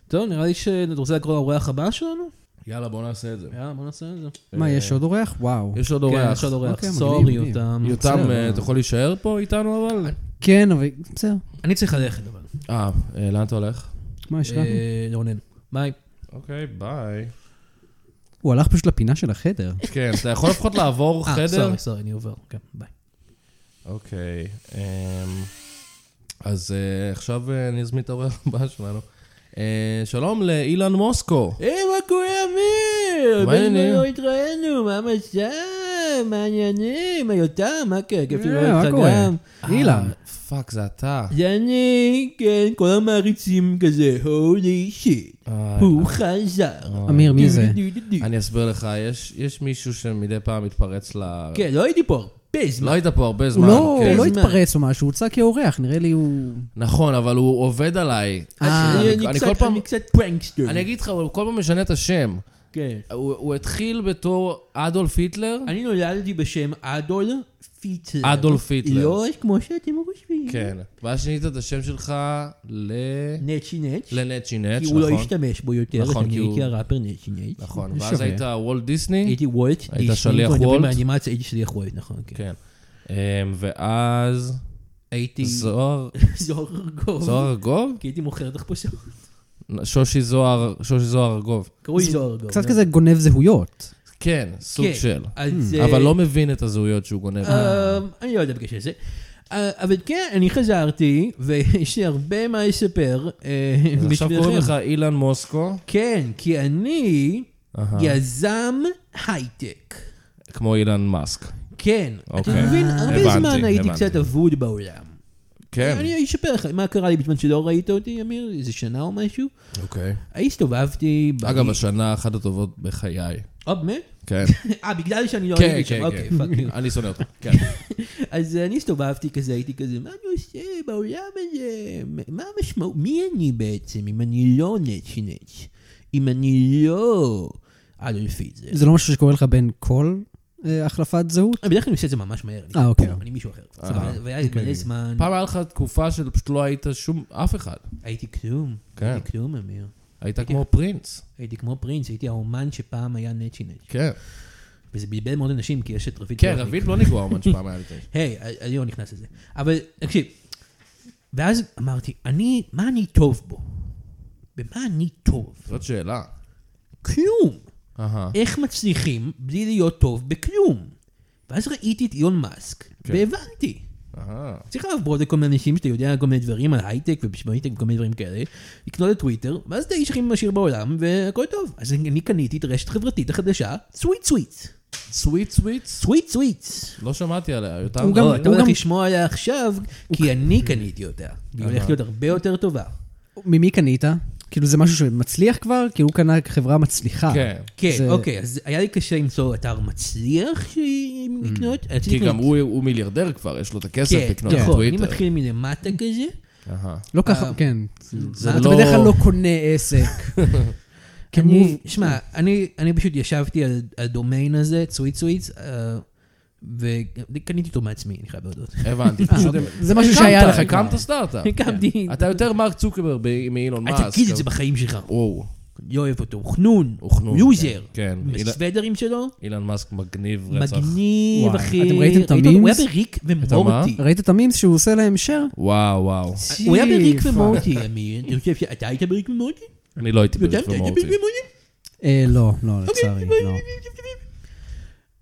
S3: טוב, נראה לי שאתה רוצה לקרוא לאורח הבא שלנו?
S2: יאללה, בוא נעשה את זה.
S3: יאללה, בוא נעשה את זה.
S4: מה, יש עוד אורח? וואו.
S2: יש עוד
S3: כן,
S2: אורח.
S3: יש עוד אורח.
S4: אוקיי,
S3: סורי,
S4: מגניב, מגניב.
S3: יותם.
S2: יותם,
S3: בסדר.
S2: אה, אתה יכול להישאר פה איתנו אבל?
S4: כן, אבל בסדר.
S3: אני צריך ללכת, אבל.
S2: אה, אה, לאן אתה הולך?
S4: מה יש לנו?
S3: אה, לרונן. ביי.
S2: אוקיי, ביי.
S4: הוא הלך פשוט לפינה של החדר.
S2: כן, אתה יכול לפחות לעבור
S3: אה,
S2: חדר?
S3: סורי, סורי, אני עובר. כן, ביי.
S2: אוקיי. אמ, אז אה, עכשיו אה, אני אזמין את האורח הבא שלנו. אה, שלום לאילן מוסקו.
S3: היי, מה קורה, אמיר?
S2: מה העניינים?
S3: בזמן לא התראינו, מה המצב? מה העניינים? מה יותם? מה קרה? כיף
S4: אה,
S3: לראות
S4: מה
S3: אותך
S4: קורה?
S3: גם.
S4: אילן.
S2: אה, פאק, זה אתה.
S3: זה אני, כן, כל המעריצים כזה, הולי שיט.
S2: אה,
S3: הוא חזר.
S4: אמיר, מי זה?
S3: דו, דו, דו, דו.
S2: אני אסביר לך, יש- יש מישהו שמדי פעם מתפרץ ל...
S3: כן, לא הייתי פה הרבה זמן.
S2: לא היית פה הרבה זמן.
S4: הוא לא
S2: כן.
S4: הוא לא
S3: זמן.
S4: התפרץ או משהו, הוא הוצא כאורח, נראה לי הוא...
S2: נכון, אבל הוא עובד עליי.
S4: אה,
S3: אני-
S2: אני
S3: אני
S2: כל
S3: קצת-
S2: פעם-
S3: אני קצת פרנקסטר.
S2: אני אגיד לך, אבל הוא כל פעם משנה את השם.
S3: כן.
S2: הוא הוא התחיל בתור אדולף היטלר.
S3: אני נולדתי בשם אדול פיטלר.
S2: אדולף היטלר.
S3: לא כמו שאתם חושבים.
S2: כן. ואז שינית את השם שלך ל...
S3: נצ'י נצ'
S2: לנצ'י נץ',
S3: כי
S2: נכון?
S3: הוא לא השתמש בו יותר,
S2: נכון,
S3: אז אני
S2: כי הוא-
S3: הייתי הראפר נצ'י נצ'.
S2: נכון,
S4: זה
S2: ואז
S4: שווה.
S2: היית וולט דיסני.
S3: הייתי וולט,
S2: היית
S3: דיסני,
S2: שליח
S3: כבר מדברים
S2: וולט?
S3: באנימציה, הייתי שליח וולט, נכון, כן.
S2: כן. אמ, ואז
S3: הייתי *laughs*
S2: זוהר,
S3: אוקיי. זוהר ארגוב.
S2: כן. זוהר ארגוב?
S3: כי הייתי מוכר תחפושות.
S2: שושי זוהר, שושי זוהר ארגוב.
S3: קראו לי זוהר ארגוב.
S4: קצת כזה גונב זהויות.
S2: כן, סוג
S3: כן,
S2: של.
S3: אז, אה,
S2: אבל לא מבין את הזהויות שהוא גונב.
S3: אמ, אני לא יודע בקשר לזה. אה, אבל כן, אני חזרתי, ויש לי הרבה מה לספר אה,
S2: אז עכשיו קוראים לך
S3: בשבילכם.
S2: אילן מוסקו,
S3: כן, כי אני
S2: אהה.
S3: יזם הייטק.
S2: כמו אילן מאסק.
S3: כן, אתה
S2: אוקיי.
S3: מבין? הרבה
S2: הבנתי,
S3: זמן הייתי
S2: הבנתי.
S3: קצת אבוד בעולם.
S2: כן.
S3: אני אשפר לך, מה קרה לי בזמן שלא ראית אותי, אמיר? איזה שנה או משהו?
S2: אוקיי.
S3: הסתובבתי... ב-
S2: אגב, השנה אחת הטובות בחיי.
S3: אה, באמת? *laughs*
S2: כן.
S3: אה, בגלל שאני לא
S2: כן,
S3: הייתי שם,
S2: כן,
S3: אוקיי,
S2: כן.
S3: פאק יו.
S2: אני שונא אותך. כן.
S3: אז אה, אני הסתובבתי כזה, הייתי כזה, מה אני עושה בעולם הזה? מה המשמעות? מי אני בעצם אם אני לא נצ'נץ'? אם אני לא אדולף היטלר?
S4: זה לא משהו שקורה לך בין כל אה, החלפת זהות?
S3: אה, בדרך כלל אני עושה את זה ממש מהר. אני
S4: אה, אוקיי.
S3: כזה, אני מישהו אחר. סבבה,
S2: אוקיי.
S3: והיה לי מלא זמן,
S2: פעם היה לך תקופה של פשוט לא היית שום, אף אחד.
S3: הייתי כלום.
S2: כן.
S3: הייתי כלום, אמיר.
S2: היית
S3: כן.
S2: כמו פרינס.
S3: הייתי כמו פרינס, הייתי האומן שפעם היה נצ'נץ'.
S2: כן.
S3: וזה בלבל מאוד אנשים, כי יש את רביד
S2: כן,
S3: בלאומי.
S2: רביד לא נגוע אומן שפעם היה לי את זה.
S3: היי, אני לא נכנס לזה. אבל תקשיב, ואז אמרתי, אני, מה אני טוב בו? במה אני טוב?
S2: זאת שאלה.
S3: כלום.
S2: אהה.
S3: איך מצליחים בלי להיות טוב בכלום? ואז ראיתי את אילון מאסק, והבנתי.
S2: אהה.
S3: צריך לעבוד לכל מיני אנשים שאתה יודע כל מיני דברים על הייטק ובשביל הייטק וכל מיני דברים כאלה, לקנות את טוויטר, ואז אתה האיש הכי עשיר בעולם והכל טוב. אז אני קניתי את הרשת החברתית החדשה, סוויט סוויט.
S2: סוויט סוויטס?
S3: סוויט סוויט.
S2: לא שמעתי עליה. יותר
S4: הוא
S2: לא,
S4: גם-
S3: לא, אתה
S4: הוא
S3: הולך לשמוע עליה עכשיו, כי אני קניתי אותה. והיא הולכת להיות הרבה יותר טובה.
S4: ממי קנית? כאילו זה משהו שמצליח כבר? כאילו הוא קנה חברה מצליחה.
S2: כן.
S3: כן,
S4: זה-
S3: אוקיי, אז היה לי קשה למצוא אתר מצליח לקנות.
S2: כי גם הוא הוא מיליארדר כבר, יש לו את הכסף
S3: כן,
S2: לקנות את
S3: נכון, אני
S2: טוויטר.
S3: מתחיל מלמטה כזה.
S2: אהה.
S4: לא ככה, כן.
S2: זה
S4: אתה
S2: לא-
S4: בדרך כלל לא קונה עסק.
S3: אני,
S4: כמוב-
S3: שמע, אני אני פשוט ישבתי על הדומיין הזה, צוויט צוויט, אה, וקניתי אותו מעצמי, אני חייב להודות.
S2: הבנתי. פשוט-
S4: זה משהו שהיה
S2: הקמת,
S4: לך כבר.
S2: הקמת כן. סטארט-אפ.
S3: הקמתי,
S2: אתה יותר מרק צוקרבר ב- מאילון מאסק.
S3: אל תגיד את זה
S2: אבל-
S3: בחיים שלך.
S2: וואו,
S3: לא אוהב אותו, הוא חנון,
S2: הוא חנון,
S3: לוזר.
S2: כן, כן.
S3: עם הסוודרים שלו.
S2: אילן מאסק מגניב רצח.
S3: מגניב,
S4: וואי,
S3: אחי.
S4: אתם ראיתם
S3: ראית
S4: את
S3: אותו? הוא היה
S4: המימס?
S3: בריק
S2: מה?
S3: ומורטי.
S4: ראית את המימס שהוא עושה להם שייר?
S2: וואו, וואו.
S3: הוא היה בריק *laughs*
S4: שי,
S3: ומורטי, אמיר. אני חושב שאתה היית בריק ומורטי?
S2: אני לא הייתי
S3: יודע,
S2: בריק
S3: אתה היית
S2: ומורטי.
S3: בריק ומורטי?
S4: אה, לא, לא, לצערי, לא.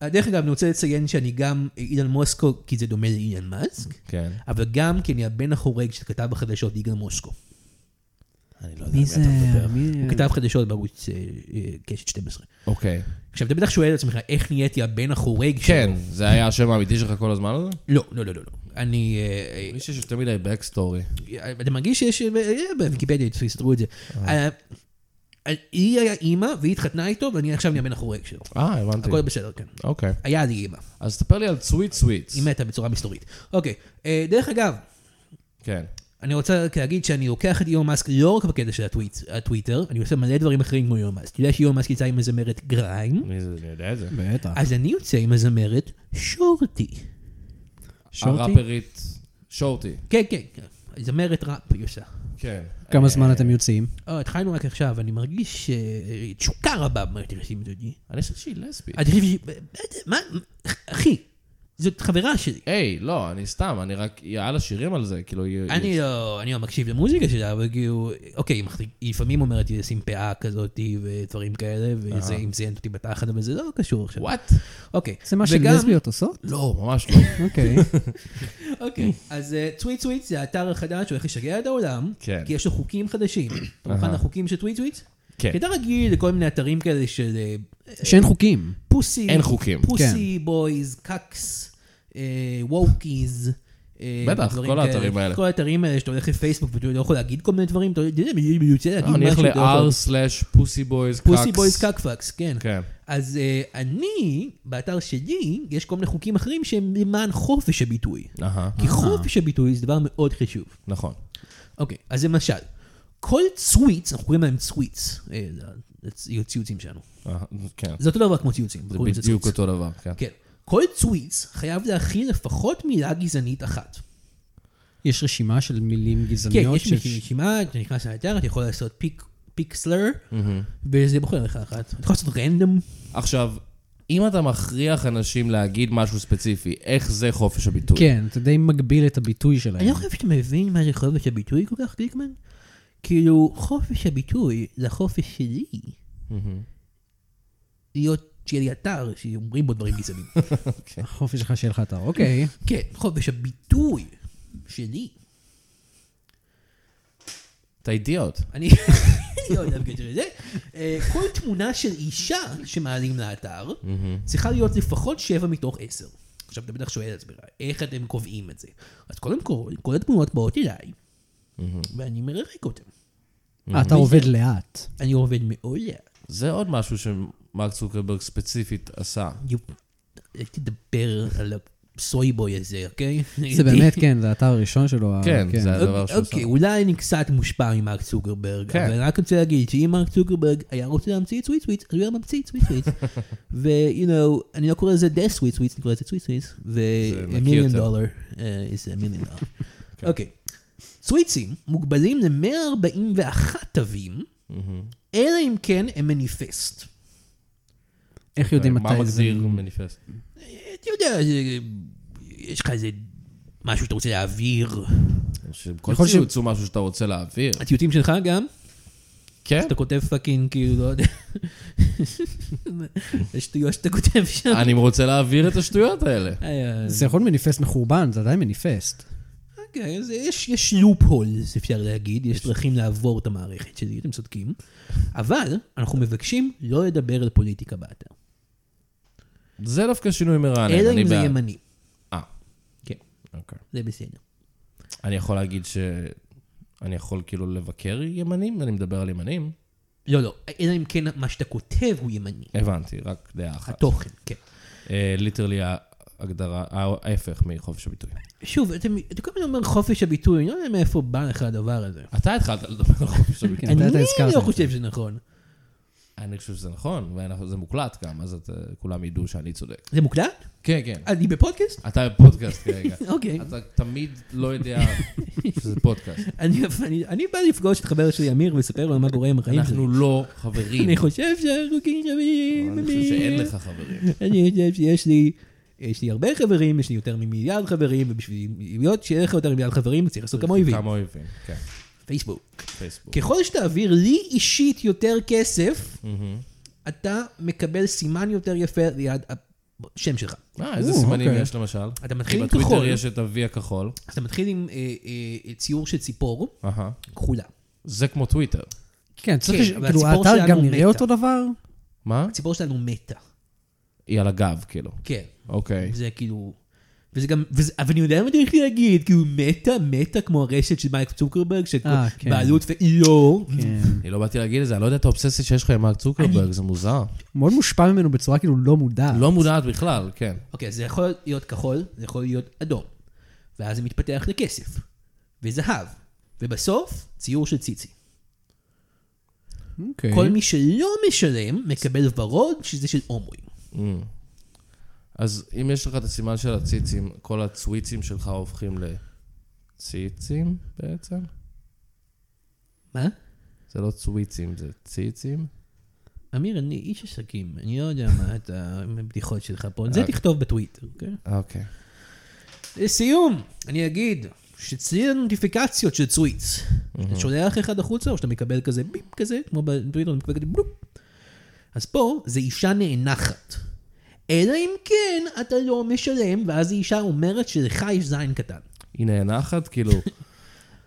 S3: אה, דרך אגב, אני רוצה לציין שאני גם אילן מוסקו, כי זה דומה לאילן מאסק,
S2: כן.
S3: אבל גם כי אני הבן החורג שכתב בחדשות יגאל מוסקו. אני לא יודע
S4: מי
S3: מי
S4: זה?
S3: אתה מדבר.
S4: מי-
S3: הוא כתב חדשות בערוץ אה, אה, קשת 12.
S2: אוקיי.
S3: עכשיו, אתה בטח שואל את עצמך, איך נהייתי הבן החורג שלו?
S2: כן, זה היה השם האמיתי שלך כל הזמן הזה?
S3: לא, לא, לא, לא. לא. אני... אה,
S2: מישהו שיש יותר מדי backstory.
S3: אה, אתה מרגיש שיש... אה, אה, בוויקיפדיה יסתדרו את זה. אה, אה, היא היה אימא, והיא התחתנה איתו, ואני עכשיו נהיה בן החורג שלו.
S2: אה, הבנתי.
S3: הכל בסדר, כן.
S2: אוקיי.
S3: היה לי אימא.
S2: אז תספר לי על סוויט סוויטס.
S3: היא מתה בצורה מסתורית. אוקיי, אה, דרך אגב,
S2: כן.
S3: אני רוצה רק להגיד שאני לוקח את אילון מאסק לא רק בקטע של הטוויט, הטוויטר, אני עושה מלא דברים אחרים כמו אילון מאסק. אתה יודע שאילון מאסק יצא עם הזמרת גריים,
S2: מי זה? אני יודע את זה.
S4: בטח.
S3: אז אני יוצא עם הזמרת שורטי.
S4: שורטי?
S2: הראפרית שורטי.
S3: כן, כן, כן. זמרת ראפ היא עושה.
S2: כן.
S4: כמה זמן אתם יוצאים?
S3: אה, התחלנו רק עכשיו, אני מרגיש אה, תשוקה רבה במטריסים דודי.
S2: אני חושב שהיא לסבית.
S3: אני חושב שהיא... מה? אחי, זאת חברה שלי.
S2: היי, לא, אני סתם, אני רק... היה לה שירים על זה, כאילו... היא-
S3: אני לא, אני לא מקשיב למוזיקה שלה, אבל כאילו, אוקיי, היא מחזיק- היא לפעמים אומרת לי לשים פאה כזאת ודברים כאלה, וזה אם זיינת אותי בתחת, אבל זה לא קשור עכשיו.
S2: וואט?
S3: אוקיי.
S4: זה מה
S3: וגם-
S4: שלסביות עושות?
S2: לא, ממש לא.
S4: אוקיי.
S3: אוקיי. אז אה, טוויט טוויט זה האתר החדש שהולך לשגע את העולם,
S2: כן.
S3: כי יש לו חוקים חדשים. אתה מוכן
S2: אהה.
S3: לחוקים של טוויט טוויט?
S2: כן.
S3: כי אתה רגיל לכל מיני אתרים כאלה של אה,
S4: שאין חוקים.
S3: פוסי,
S2: אין חוקים.
S3: פוסי בויז, קאקס, אה, ווקיז. אה,
S2: בטח,
S3: דברים
S2: כל
S3: כאלה.
S2: האתרים האלה.
S3: כל האתרים האלה שאתה הולך לפייסבוק ואתה לא יכול להגיד כל מיני דברים, אתה יודע, אני יוצא להגיד
S2: לא, אני הולך
S3: משהו. אתה לא יכול.
S2: ל-r/pussy boys
S3: פוסי
S2: cucks.
S3: בויז קאקפקס, כן.
S2: כן.
S3: אז אה, אני, באתר שלי, יש כל מיני חוקים אחרים שהם למען חופש הביטוי.
S2: אהה,
S3: כי חופש הביטוי זה דבר מאוד חשוב.
S2: נכון.
S3: אוקיי, אז למשל, כל צוויץ, אנחנו קוראים להם צוויץ, אה, זה- זה צי- ציוצים שלנו.
S2: אהה, כן.
S3: זה אותו דבר כמו ציוצים.
S2: זה
S3: קוראים לזה
S2: בדיוק
S3: ציוץ.
S2: אותו דבר, כן.
S3: כן. כל צוויץ חייב להכיל לפחות מילה גזענית אחת.
S4: יש רשימה של מילים
S3: כן,
S4: גזעניות?
S3: יש מישהי רשימה, אתה נכנס לאתר, אתה יכול לעשות פיק... פיקסלר, וזה בוחר לך אחת. אתה יכול לעשות רנדום.
S2: עכשיו, אם אתה מכריח אנשים להגיד משהו ספציפי, איך זה חופש הביטוי?
S4: כן, אתה די מגביל את הביטוי שלהם.
S3: אני לא חושב שאתה מבין מה זה חופש הביטוי כל כך, גליקמן. כאילו, חופש הביטוי זה החופש שלי. להיות, שיהיה לי אתר שאומרים בו דברים גזעניים. *laughs*
S4: החופש שלך שיהיה לך אתר, אוקיי.
S3: כן, חופש הביטוי שלי.
S2: אתה אידיוט.
S3: אני *laughs* לא יודע בקשר לזה. אה, כל תמונה של אישה שמעלים לאתר צריכה להיות לפחות שבע מתוך עשר. עכשיו, אתה בטח שואל את עצמך, איך אתם קובעים את זה? אז קודם כל, כל התמונות באות אליי, ואני מרחק אותן.
S4: אה, אתה עובד לאט.
S3: אני עובד מאוד לאט.
S2: זה עוד משהו שמרק צוקרברג ספציפית עשה.
S3: יופ. אל תדבר על הסויבוי הזה, אוקיי?
S4: זה באמת, כן, זה האתר הראשון שלו. ה-
S2: כן, זה הדבר שהוא עשה.
S3: אוקיי, אולי אני קצת מושפע ממרק צוקרברג,
S2: כן.
S3: אבל אני רק רוצה להגיד שאם מרק צוקרברג היה רוצה להמציא את סוויט סוויט, אז הוא היה ממציא את סוויט
S2: *laughs*
S3: סוויט. ו-you know, אני לא קורא לזה דה סוויט סוויט, אני קורא לזה סוויט סוויט,
S2: זה נקי
S3: ו-million
S2: יותר. כן.
S3: dollar uh, is a million
S2: *laughs*
S3: dollar. אוקיי. סוויצים מוגבלים ל-141 תווים, אלא אם כן הם מניפסט.
S4: איך יודעים
S2: אה, מה
S4: מתי זה...
S2: מגדיר מניפסט?
S3: אתה יודע, זה- יש לך איזה משהו שאתה רוצה להעביר.
S2: שכל
S4: יכול
S2: ציוץ הוא משהו שאתה רוצה להעביר.
S3: הציוטים שלך גם?
S2: כן?
S3: אתה כותב פאקינג, כאילו, לא יודע. זה שטויות שאתה כותב שם.
S2: אני רוצה להעביר את השטויות האלה.
S3: אה,
S4: זה יכול להיות מניפסט מחורבן, זה עדיין מניפסט.
S3: אוקיי, אז יש- יש לופ הולס, אפשר להגיד, יש דרכים לעבור את המערכת שלי, אתם צודקים. אבל אנחנו מבקשים לא לדבר על פוליטיקה באתר.
S2: זה דווקא שינוי מרענן,
S3: אלא
S2: אני
S3: אם זה
S2: בעד.
S3: ימני.
S2: אה,
S3: כן,
S2: אוקיי.
S3: זה בסדר.
S2: אני יכול להגיד ש... אני יכול כאילו לבקר ימנים? אני מדבר על ימנים?
S3: לא, לא, אלא אם כן מה שאתה כותב הוא ימני.
S2: הבנתי, רק דעה אחת. אה,
S3: התוכן, כן.
S2: ליטרלי ההגדרה, ההפך מחופש הביטוי.
S3: שוב, אתם- אתה כל הזמן אומר חופש הביטוי, אני לא יודע מאיפה בא לך הדבר הזה.
S2: אתה התחלת לדבר על חופש הביטוי.
S4: כן, אתה- אתה
S3: אני
S4: הזכרת
S3: לא
S4: את זה.
S3: חושב שזה נכון.
S2: אני חושב שזה נכון, וזה מוקלט גם, אז את, אה, כולם ידעו שאני צודק.
S3: זה מוקלט?
S2: כן, כן.
S3: אני בפודקאסט?
S2: אתה בפודקאסט כרגע.
S3: אוקיי.
S2: אתה תמיד לא יודע שזה פודקאסט.
S3: אני, אני, אני בא לפגוש את חבר שלי אמיר ולספר לו מה קורה עם החיים שלי.
S2: אנחנו לא חברים.
S3: אני חושב שהחוקים שווים.
S2: אני חושב שאין לך חברים.
S3: אני חושב שיש לי, יש לי הרבה חברים, יש לי יותר ממיליארד חברים, ובשביל להיות שיהיה לך יותר ממיליארד חברים, צריך לעשות כמה אויבים.
S2: כמה אויבים, כן,
S3: פייסבוק.
S2: פייסבוק.
S3: ככל שתעביר לי אישית יותר כסף, אתה מקבל סימן יותר יפה ליד השם שלך.
S2: אה, איזה
S4: או,
S2: סימנים
S4: אוקיי.
S2: יש למשל?
S3: אתה מתחיל עם
S2: כי
S3: כחול.
S2: בטוויטר יש את ה-V הכחול.
S3: אז אתה מתחיל עם אה, אה, ציור של ציפור
S2: אהה.
S3: כחולה.
S2: זה כמו טוויטר.
S4: כן, צריך, לש-
S3: אבל
S4: כאילו,
S3: הציפור
S4: האתר
S3: שלנו
S4: גם נראה
S3: מתה.
S4: אותו דבר?
S2: מה?
S3: הציפור שלנו מתה.
S2: היא על הגב, כאילו.
S3: כן.
S2: אוקיי.
S3: זה כאילו... וזה גם, וזה, אבל אני יודע מה צריך להגיד, כאילו מטה, מטה כמו הרשת של מייק צוקרברג,
S4: אה, כן.
S3: שבעלות ואיור.
S2: אני לא באתי להגיד את זה, אני לא יודע את האובססיה שיש לך עם מרק צוקרברג, זה מוזר.
S4: מאוד מושפע ממנו בצורה כאילו לא מודעת.
S2: לא מודעת בכלל, כן.
S3: אוקיי, אז זה יכול להיות כחול, זה יכול להיות אדום. ואז זה מתפתח לכסף. וזהב. ובסוף, ציור של ציצי.
S4: אוקיי.
S3: כל מי שלא משלם, מקבל ורוד, שזה של הומואים.
S2: Mm. אז אם יש לך את הסימן של הציצים, כל הצוויצים שלך הופכים לציצים בעצם?
S3: מה?
S2: זה לא צוויצים, זה ציצים?
S3: אמיר, אני איש עסקים, אני לא יודע מה אתה, עם הבדיחות שלך פה. את זה תכתוב בטוויטר, אוקיי?
S2: אוקיי.
S3: לסיום, אני אגיד שציר הנוטיפיקציות של צוויץ. אתה שולח אחד החוצה, או שאתה מקבל כזה ביפ כזה, כמו בטוויטר, אתה מקבל כזה בלופ. אז פה זה אישה נאנחת. אלא אם כן אתה לא משלם, ואז האישה אומרת שלך יש זין קטן.
S4: כן.
S2: היא נאנחת,
S3: *laughs*
S2: כאילו,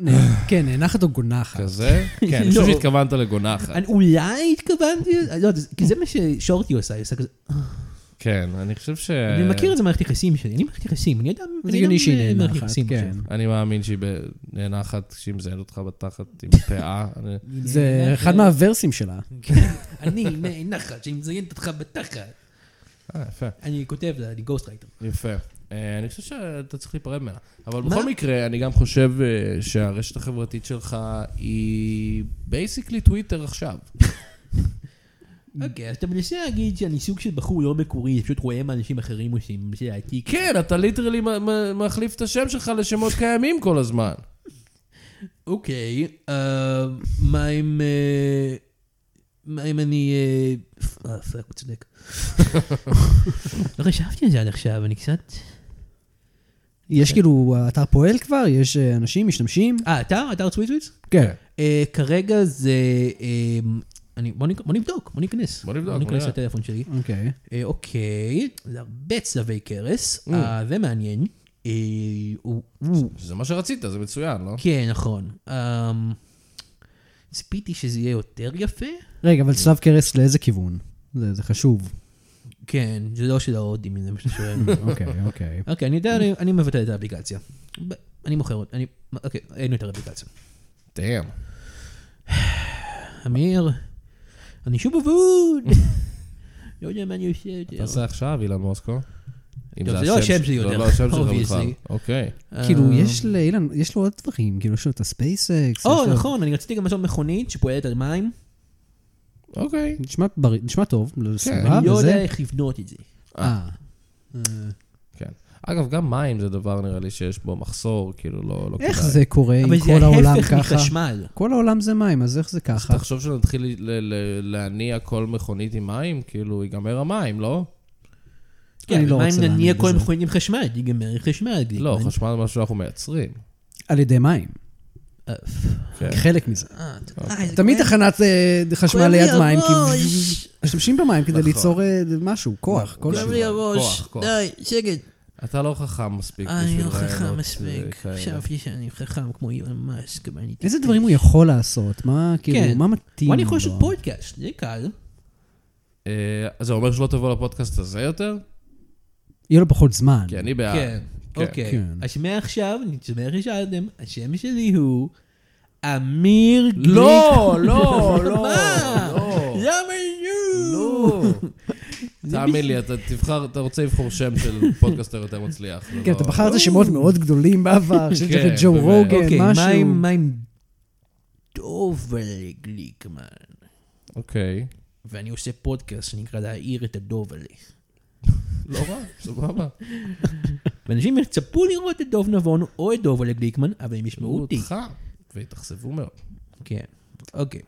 S4: נה- כן, נאנחת או גונחת.
S2: כזה? כן,
S3: *laughs*
S2: אני
S3: לא.
S2: חושב שהתכוונת לגונחת.
S3: אני אולי התכוונתי, לא יודע, כי זה מה ששורטי עושה, היא עושה כזה,
S2: כן, אני חושב ש...
S3: אני מכיר את זה במערכת יחסים שלי, אני מערכת יחסים, אני יודע,
S4: אה. זה הגיוני שהיא
S3: מערכת
S4: נאנחת,
S3: יחסים
S4: כן.
S3: עכשיו.
S2: אני מאמין שהיא ב- נאנחת כשהיא מזיינת אותך בתחת עם פאה. אני-
S4: זה אחד מהוורסים שלה.
S3: אני נאנחת, שהיא מזיינת אותך בתחת.
S2: אה, יפה.
S3: אני כותב לה, אני גוסט רייטר.
S2: יפה. אה, אני חושב שאתה צריך להיפרד ממנה. אבל
S3: מה?
S2: בכל מקרה, אני גם חושב אה, שהרשת החברתית שלך היא בייסיקלי טוויטר עכשיו.
S3: אוקיי, אז אתה מנסה להגיד שאני סוג של בחור לא מקורי, פשוט רואה מה אנשים אחרים עושים, מנסה להעתיק.
S2: כן, אתה ליטרלי מ- מ- מחליף את השם שלך לשמות קיימים כל הזמן.
S3: אוקיי, אה, מה אם... אה, מה אם אני... אה, אה, פאק, הוא צודק. לא חשבתי על זה עד עכשיו, אני קצת... כן.
S4: יש כאילו, האתר פועל כבר, יש אה, אנשים, משתמשים.
S3: אה, אתר? אתר צוויצוויץ?
S4: כן.
S3: אה, כרגע זה... אה, אני, בוא, נק- בוא נבדוק, בוא ניכנס.
S2: בוא נבדוק,
S3: בוא
S2: בוא
S3: ניכנס
S2: נראה.
S3: לטלפון שלי.
S4: אוקיי.
S3: אה, אוקיי, זה הרבה צלבי קרס, אה, זה מעניין. אה, הוא- הוא-
S2: שזה מה שרצית, זה מצוין, לא?
S3: כן, נכון. אמ, ציפיתי שזה יהיה יותר יפה.
S4: רגע, אבל צלב קרס לאיזה כיוון? זה זה חשוב.
S3: כן, זה לא של ההודים, זה מה שאתה שואל.
S4: אוקיי, אוקיי.
S3: *laughs* אוקיי, אני יודע, אני- אני מבטל את האפליקציה. ב- אני מוכר אותה, אני... אוקיי, אין יותר אפליקציה.
S2: דיין.
S3: אמיר, אני שוב אבוד. לא יודע מה אני עושה יותר.
S2: תעשה עכשיו, אילן מוסקו. אם
S3: טוב, זה לא השם שלי
S2: זה
S3: יותר,
S2: לא השם שלך בכלל.
S3: obviously.
S2: אוקיי.
S3: אה,
S4: כאילו, יש לאילן, יש לו עוד דברים, כאילו, יש לו את הספייסקס. יש
S3: או,
S4: לו-
S3: נכון, אני רציתי גם לעשות מכונית שפועלת על מים.
S2: אוקיי.
S4: נשמע בריא- נשמע טוב, לסביבה
S3: אני לא יודע
S4: אה, וזה.
S3: איך לבנות את זה.
S4: אה,
S2: כן. אגב, גם מים זה דבר, נראה לי, שיש בו מחסור, כאילו, לא לא כדאי.
S4: איך זה קורה
S3: אה, אבל
S4: עם
S3: זה
S4: כל העולם
S3: ההפך
S4: ככה?
S3: מחשמל.
S4: כל העולם זה מים, אז איך זה ככה?
S2: תחשוב שנתחיל ל- ל- להניע כל מכונית עם מים, כאילו, ייגמר המים, לא?
S3: כן,
S4: לא
S3: מה
S4: רוצה
S3: אם נניע
S4: להאמין
S3: כל
S4: בזה.
S3: מכונית עם חשמל? ייגמר חשמל.
S2: לא, חשמל זה משהו שאנחנו מייצרים.
S4: על ידי מים,
S3: חשמל.
S2: כן.
S4: חלק מזה.
S3: אה, אה, זה
S4: תמיד
S3: כואב-
S4: תחנת אה,
S3: כואב
S4: חשמל
S3: לי
S4: ליד מים, כי
S3: הראש. נכון.
S4: משתמשים במים כדי
S2: נכון.
S4: ליצור אה, משהו, כוח,
S3: כואב
S4: כלשהו.
S3: לי
S2: כוח,
S3: הראש.
S2: כוח.
S3: די, שקט.
S2: אתה לא חכם מספיק
S3: אה,
S2: בשביל
S3: אני לא חכם
S2: רעיונות, אה,
S3: מספיק.
S2: כאלה.
S3: חשבתי שאני חכם כמו אילון מאסק. אבל אני
S4: איזה
S3: טיפש.
S4: דברים הוא יכול לעשות? מה,
S3: כן.
S4: כאילו, מה מתאים
S3: הוא
S4: לו?
S3: אני יכול לעשות פודקאסט, זה קל.
S2: אה, אז זה אומר שלא תבוא לפודקאסט הזה יותר?
S4: יהיה לו פחות זמן.
S2: כי אני בעד.
S3: כן, אוקיי.
S4: כן.
S3: אז מעכשיו, אני שומע איך שאלתם, השם שלי הוא אמיר גליק.
S2: לא,
S3: *laughs*
S2: לא, לא,
S3: מה?
S2: לא.
S3: למה לא?
S2: לא. תאמין לי, אתה תבחר, אתה רוצה לבחור שם של פודקאסטר יותר מצליח. זה
S4: כן,
S2: לא-
S4: אתה בחרת שמות מאוד גדולים בעבר, שיש לך את
S2: כן,
S4: ג'ו
S2: באמת.
S4: רוגן,
S3: אוקיי, מה עם-
S4: משהו.
S3: מה עם דובלי גליקמן?
S2: אוקיי.
S3: ואני עושה פודקאסט שנקרא להעיר את הדובלי.
S2: לא רע, סבבה.
S3: ואנשים יצפו לראות את דוב נבון או את דוב אלה גליקמן, אבל הם ישמעו לא אותי.
S2: לא אותך, והתאכזבו מאוד.
S3: כן, אוקיי.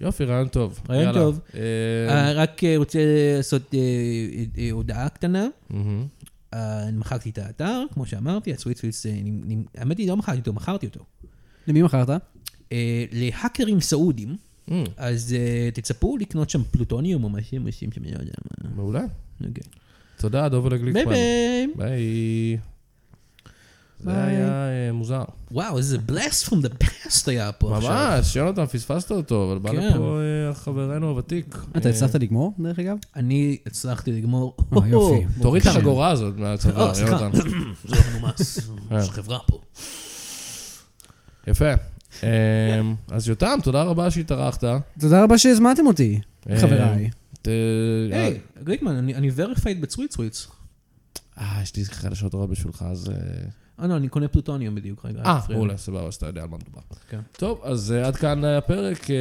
S2: יופי, רעיון טוב.
S3: רעיון
S2: יאללה.
S3: טוב.
S2: אה,
S3: אה, רק אה, רוצה לעשות אה, אה, אה, הודעה קטנה.
S2: מהמם.
S3: אה, אני מחקתי את האתר, כמו שאמרתי, הסוויטסוויטס, האמת היא, לא מחקתי אותו, מכרתי אותו.
S4: למי מכרת?
S3: אה, להאקרים סעודים,
S2: אה,
S3: אז אה, תצפו לקנות שם פלוטוניום או משהו, משהו שאני לא יודע מה.
S2: מעולה.
S3: אוקיי.
S2: תודה, דובל
S3: ביי
S2: גליקמן.
S3: ביי.
S2: ביי. זה היה אה, מוזר.
S3: וואו, איזה blast from the past היה פה עכשיו.
S2: ממש, יונתן, פספסת אותו, אבל בא
S3: כן.
S2: לפה אה, חברנו הוותיק.
S4: אתה
S2: אה,
S4: הצלחת לגמור, דרך אגב?
S3: אני הצלחתי לגמור. אוקיי.
S4: אה, יופי.
S3: *laughs*
S2: תוריד את
S4: בבקשה.
S2: החגורה הזאת מהצבא,
S3: אה, סליחה.
S2: יונתן. *coughs* אה.
S3: זה לא מנומס, יש חברה פה.
S2: יפה. אמ, אז יותם, תודה רבה שהתארחת.
S4: תודה רבה שהזמנתם אותי,
S2: אה.
S4: חבריי.
S2: ת-
S3: היי, גליקמן, אני אני verified בצוויצוויץ.
S2: אה, יש לי חדשות רעות בשבילך, אז... אה,
S3: אה, לא, אני קונה פלוטוניום בדיוק רגע. אל
S2: אה,
S3: תפריע לי.
S2: מעולה, סבבה, אז אתה יודע על מה מדובר.
S3: כן.
S2: טוב, אז אה, עד כאן הפרק. אה,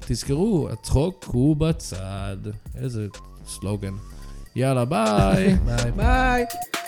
S2: תזכרו, הצחוק הוא בצד. איזה סלוגן. יאללה, ביי.
S3: ביי. ביי.